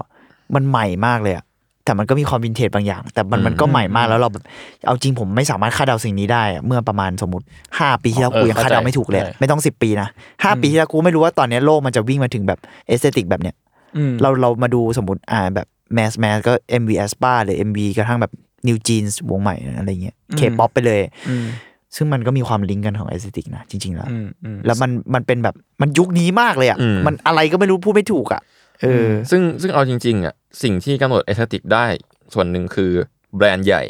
มันใหม่มากเลยอะแต่มันก็มีความวินเทจบางอย่าง แต่มันมันก็ใหม่มากแล้วเราแบบเอาจริงผมไม่สามารถคาดเดาสิ่งนี้ได้อะเมื่อประมาณสมมติ 5 ปีที่แล้ว
เออ
กูยังคาดเดา
เข้าใจ
ไม่ถูกเลย
ใช่
ไม่ต้อง 10 ปีนะ5ปีที่แล้วกูไม่รู้ว่าตอนเนี้ยโลกมันจะวิ่งมาถึงแบบเอสเตติกแบบเนี้ย
อืม
เราเรามาดูสมมติอ่าแบบแมสแมสก็ MV a s p a หรือ MV กระทั่งแบบนิวจีนวงใหม่อะไรเงี้ยเคป๊อปไปเลย
อืม
ซึ่งมันก็มีความลิงก์กันของเอสเตติกนะจริงๆแล้ว
อืมอืม
แล้วมันมันเป็นแบบมันยุคนี้มากเลยอ่ะ
อืม
มันอะไรก็ไม่รู้พูดไม่ถูกอ่ะ เออ
ซึ่งซึ่งเอาจริงๆอ่ะสิ่งที่กำหนดเอสติกได้ส่วนหนึ่งคือแบรนด์ใหญ่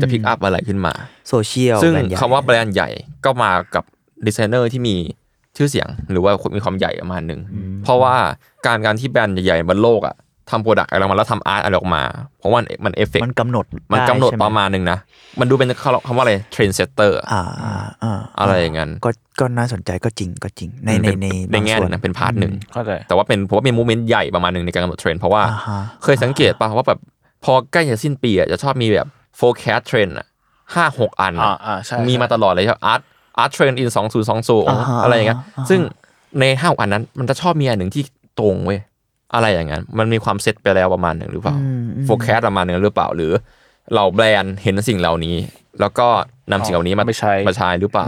จะพิกอัพอะไรขึ้นมา
โซเชียล
ซึ่ง
แบรนด์ใหญ่
คำว่าแบรนด์ใหญ่ก็มากับดีไซเนอร์ที่มีชื่อเสียงหรือว่ามีความใหญ่ประมาณหนึ่งเพราะว่าการการที่แบรนด์ใหญ่ๆบนโลกอ่ะทำโปรดักต์อะไรออกมาแล้วทำอาร์ตอะไรออกมา เพราะว่ามันเอฟเฟก
มันกำหนด
มันกำหนด
ไใช่ไ
ประมาณหนึ่งนะ มันดูเป็นคำว่าอะไรเทรนเซตเตอร์
อ่าอ่า
อะไรอย่างนั้น
ก็ก็น่าสนใจก็จริงก็จริงในในใน
ในแง่
บาง
ห
ส่ว
นึ่งนะเป็นพาร์ทหนึ่ง
เข้าใจ
แต่ว่าเป็นผมว่าเป็นมูเมนต์ใหญ่ประมาณหนึ่งในการกำหนดเทรนด์เพราะว่า
อ่าฮะ
เคยสังเกตป่ะว่าแบบพอใกล้จะสิ้นปีอ่ะจะชอบมีแบบ forecast trend อ่ะห้าหกอัน
อ่าอ่าใช่ใช่
มีมาตลอดเลยครับ art art trend in 2 0 2
อ่าฮะ
0อะไรอย่างเงี้ย
อ่าฮะ
ซึ่งในห้าอันนั้นมันจะชอบมีอันหนึ่งที่ตรงเว้ยอะไรอย่างนั้น มันมีความเซตไปแล้วประมาณหนึ่งหรือเปล่า forecast ประมาณหนึ่งหรือเปล่าหรือเราแบรนด์เห็นสิ่งเหล่านี้ แล้วก็นำสิ่งเหล่านี้มา
เอาไปใช้
มาใช้หรือเปล่า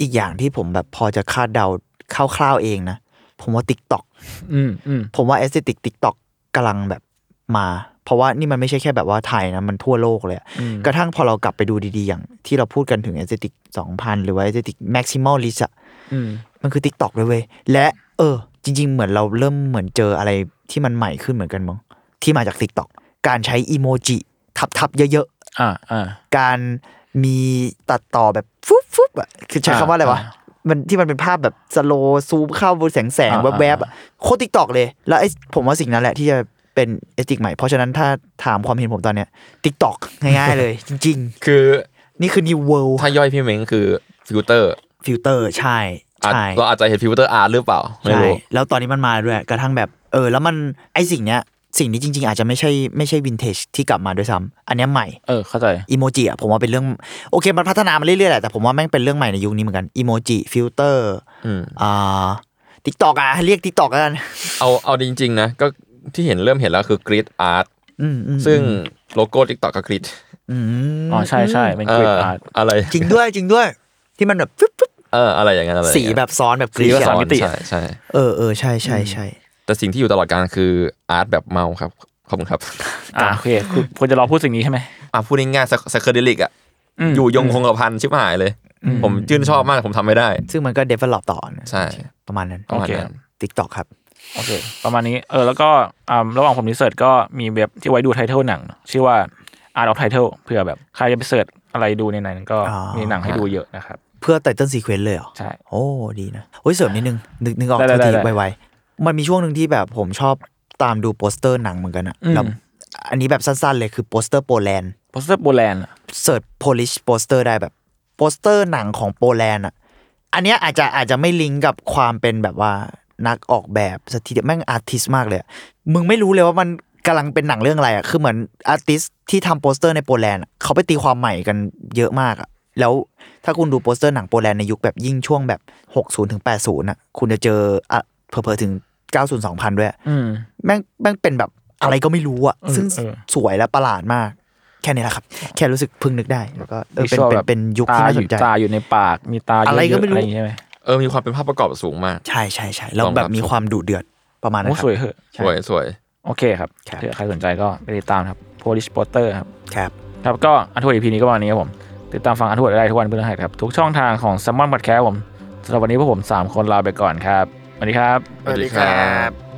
อีกอย่างที่ผมแบบพอจะคาดเดาคร่าวๆเองนะ ผมว่าติ๊กต็อก
อืมอืม
ผมว่าเอสเตติกติ๊กต็อกกำลังแบบมา เพราะว่านี่มันไม่ใช่แค่แบบว่าไทยนะ มันทั่วโลกเลยอะกระทั่งพอเรากลับไปดูดีๆ อย่างที่เราพูดกันถึงเอสเตติกสองพันหรือว่าเอสเตติกแม็กซิมอลลิสอะ
อืม
มันคือทิกตอกเลยเว้ย และเออ จริง ๆ เหมือนเราเริ่มเหมือนเจออะไรที่มันใหม่ขึ้นเหมือนกันมั้งที่มาจากทิกตอกการใช้อีโมจิทับๆ เยอะ
อ่าอ่า
ๆ การมีตัดต่อแบบฟุบฟุบอ่ะคือใช้คำว่าอะไรวะ
อ่า
มันที่มันเป็นภาพแบบสโลซูมเข้าบนแสงแสง
อ่า
ๆแวบๆอะโคตรทิกตอกเลย แล้วไอ้ผมว่าสิ่งนั้นแหละที่จะเป็นเอติกใหม่ เพราะฉะนั้นถ้าถามความเห็นผมตอนเนี้ยทิกตอกง่ายๆ เลย จริง
คือ
ๆ นี่คือ new world
ถ้าย่อยพี่เม้งคือฟิลเตอร์
filter ใช่ใช่
เราอาจจะเห็นฟิลเตอร์อาร์หรือเปล่าไม่
ใช่
รู้
แล้วตอนนี้มันมาด้วยกระทั่งแบบเออ แล้วมันไอสิ่งเนี้ย สิ่งนี้จริง ๆ อาจจะไม่ใช่ไม่ใช่วินเทจที่กลับมาด้วยซ้ำอันเนี้ยใหม่
เออเข้าใจ
อีโมจิอ่ะผมว่าเป็นเรื่องโอเคมันพัฒนามาเรื่อยๆแหละแต่ผมว่าแม่งเป็นเรื่องใหม่ในยุคนี้เหมือนกันอีโมจิฟิลเตอร์
อืม
อ่าทิกตอกอ่ะเรียกทิกตอกกัน
เอาเอาจริงๆนะก็ที่เห็นเริ่มเห็นแล้วคือกริดอาร์ต
อืมอืม
ซึ่งโลโก้ทิกตอกก็กริด
อืม
อ๋อใช่ใช่เป็นกรีนอาร์ต
อะไร
จริงด้วยจริงด้วย ที่มันแบบฟึบฟึบ
เอออะไรอย่างเงี้ยอะไรอย่าง
สี
เงี้ย
แบบซ้อนแบบกรี
สี
ด
แบบซ้อน
อะ
มิติ
ใช่ใช่
เออเออใช่ใช่ใช่
แต่สิ่งที่อยู่ตลอดการคืออาร์ตแบบเมาครับขอบคุณครับ
อ่าโอเคคุณควรจะรอพูดสิ่งนี้ใช่ไหม
อ่ะพูดง่ายๆไซเคเดลิกอ่ะ
อืม
อยู่ยงคงกระพันชิบหายเลย ผมชื่นชอบมากผมทำไม่ได้
ซึ่งมันก็เดเวลลอปต่อนะ
ใช่
ประมาณนั้น
ประมาณ
โอเค
นั้น
ทิกตอกครับ
โอเค ประมาณนี้ เออ แล้วก็อ่าระหว่างผมรีเสิร์ชก็มีเว็บที่ไว้ดูไทเทลหนัง ชื่อว่า Art of Title เพื่อแบบใครจะไปเสิร์ชอะไรดูในไหนนั้นก็
อ๋อ
มีหนังให้ดูเยอะนะครับ
เพื่อไตเติ้ลซีเควนต์เลยเหรอ
ใช่
โอ้ ดีนะโอ้ยเสริมนิดนึง นึกนึกออก
ได้
ทัน
ได้
ที
ได้
ไวๆ มันมีช่วงหนึ่งที่แบบผมชอบตามดูโปสเตอร์หนังเหมือนกันอะ
อืม
แล้วอันนี้แบบสั้นๆเลยคือโปสเตอร์โปแลนด์
โปสเตอร์โบแลนด์
เสิร์ชโพลิชโปสเตอร์ได้แบบโปสเตอร์หนังของโปแลนด์อะอันเนี้ยอาจจะอาจจะไม่ลิงก์กับความเป็นแบบว่านักออกแบบสถิติแม่งอาร์ติสมากเลยอะมึงไม่รู้เลยว่ามันกำลังเป็นหนังเรื่องอะไรอะคือเหมือนอาร์ติสที่ทำโปสเตอร์ในโปแลนด์อะเขาไปตีความใหม่กันเยอะมากอะแล้ว ถ้าคุณดูโปสเตอร์หนังโปแลนด์ในยุคแบบยิ่งช่วงแบบ 60ถึง80น่ะ คุณจะเจออ่ะเผลอๆถึง 90 2000 ด้วย
อืม
แม่งแม่งเป็นแบบอะไรก็ไม่รู้อะซึ่ง
เออ
สวยและประหลาดมาก แค่นี้แหละครับ แค่รู้สึกพึ่งนึกได้ แล้วก็เออเป็น
Visual
เป็น
แบบ
เป็นยุค
ตา
ที่น่า
อ
ส
ยู่
นใจ
ตาอยู่ในปาก มีตาเยอะๆ
อะไรก็ไม่รู้
ย่างงี้ใช่ไหม
เออมีความเป็นภาพประกอบสูงมาก
ใช่ใช่ใช่แล้วแบ
ลอง
บ
รับ
มีความดุเดือดประมาณนั้
โอ้
น
ส
ครับ
วยเหอะ
ใช่
สวยสวย
โอเคครับ
ครับ
เผื่อใครสนใจก็ไปติดตามครับ Polish Potter ครับ
ครับ
ครับก็อันทวด EP นี้ก็ประมาณนี้ครับผม ติดตามฟังอันทวดได้ทุกวันพฤหัสครับ ทุกช่องทางของ s ซ m มอน Podcast ผมสำหรับวันนี้พวกผม 3 คนลาไปก่อนครับสวัสดีครับ
สวัสดีครับ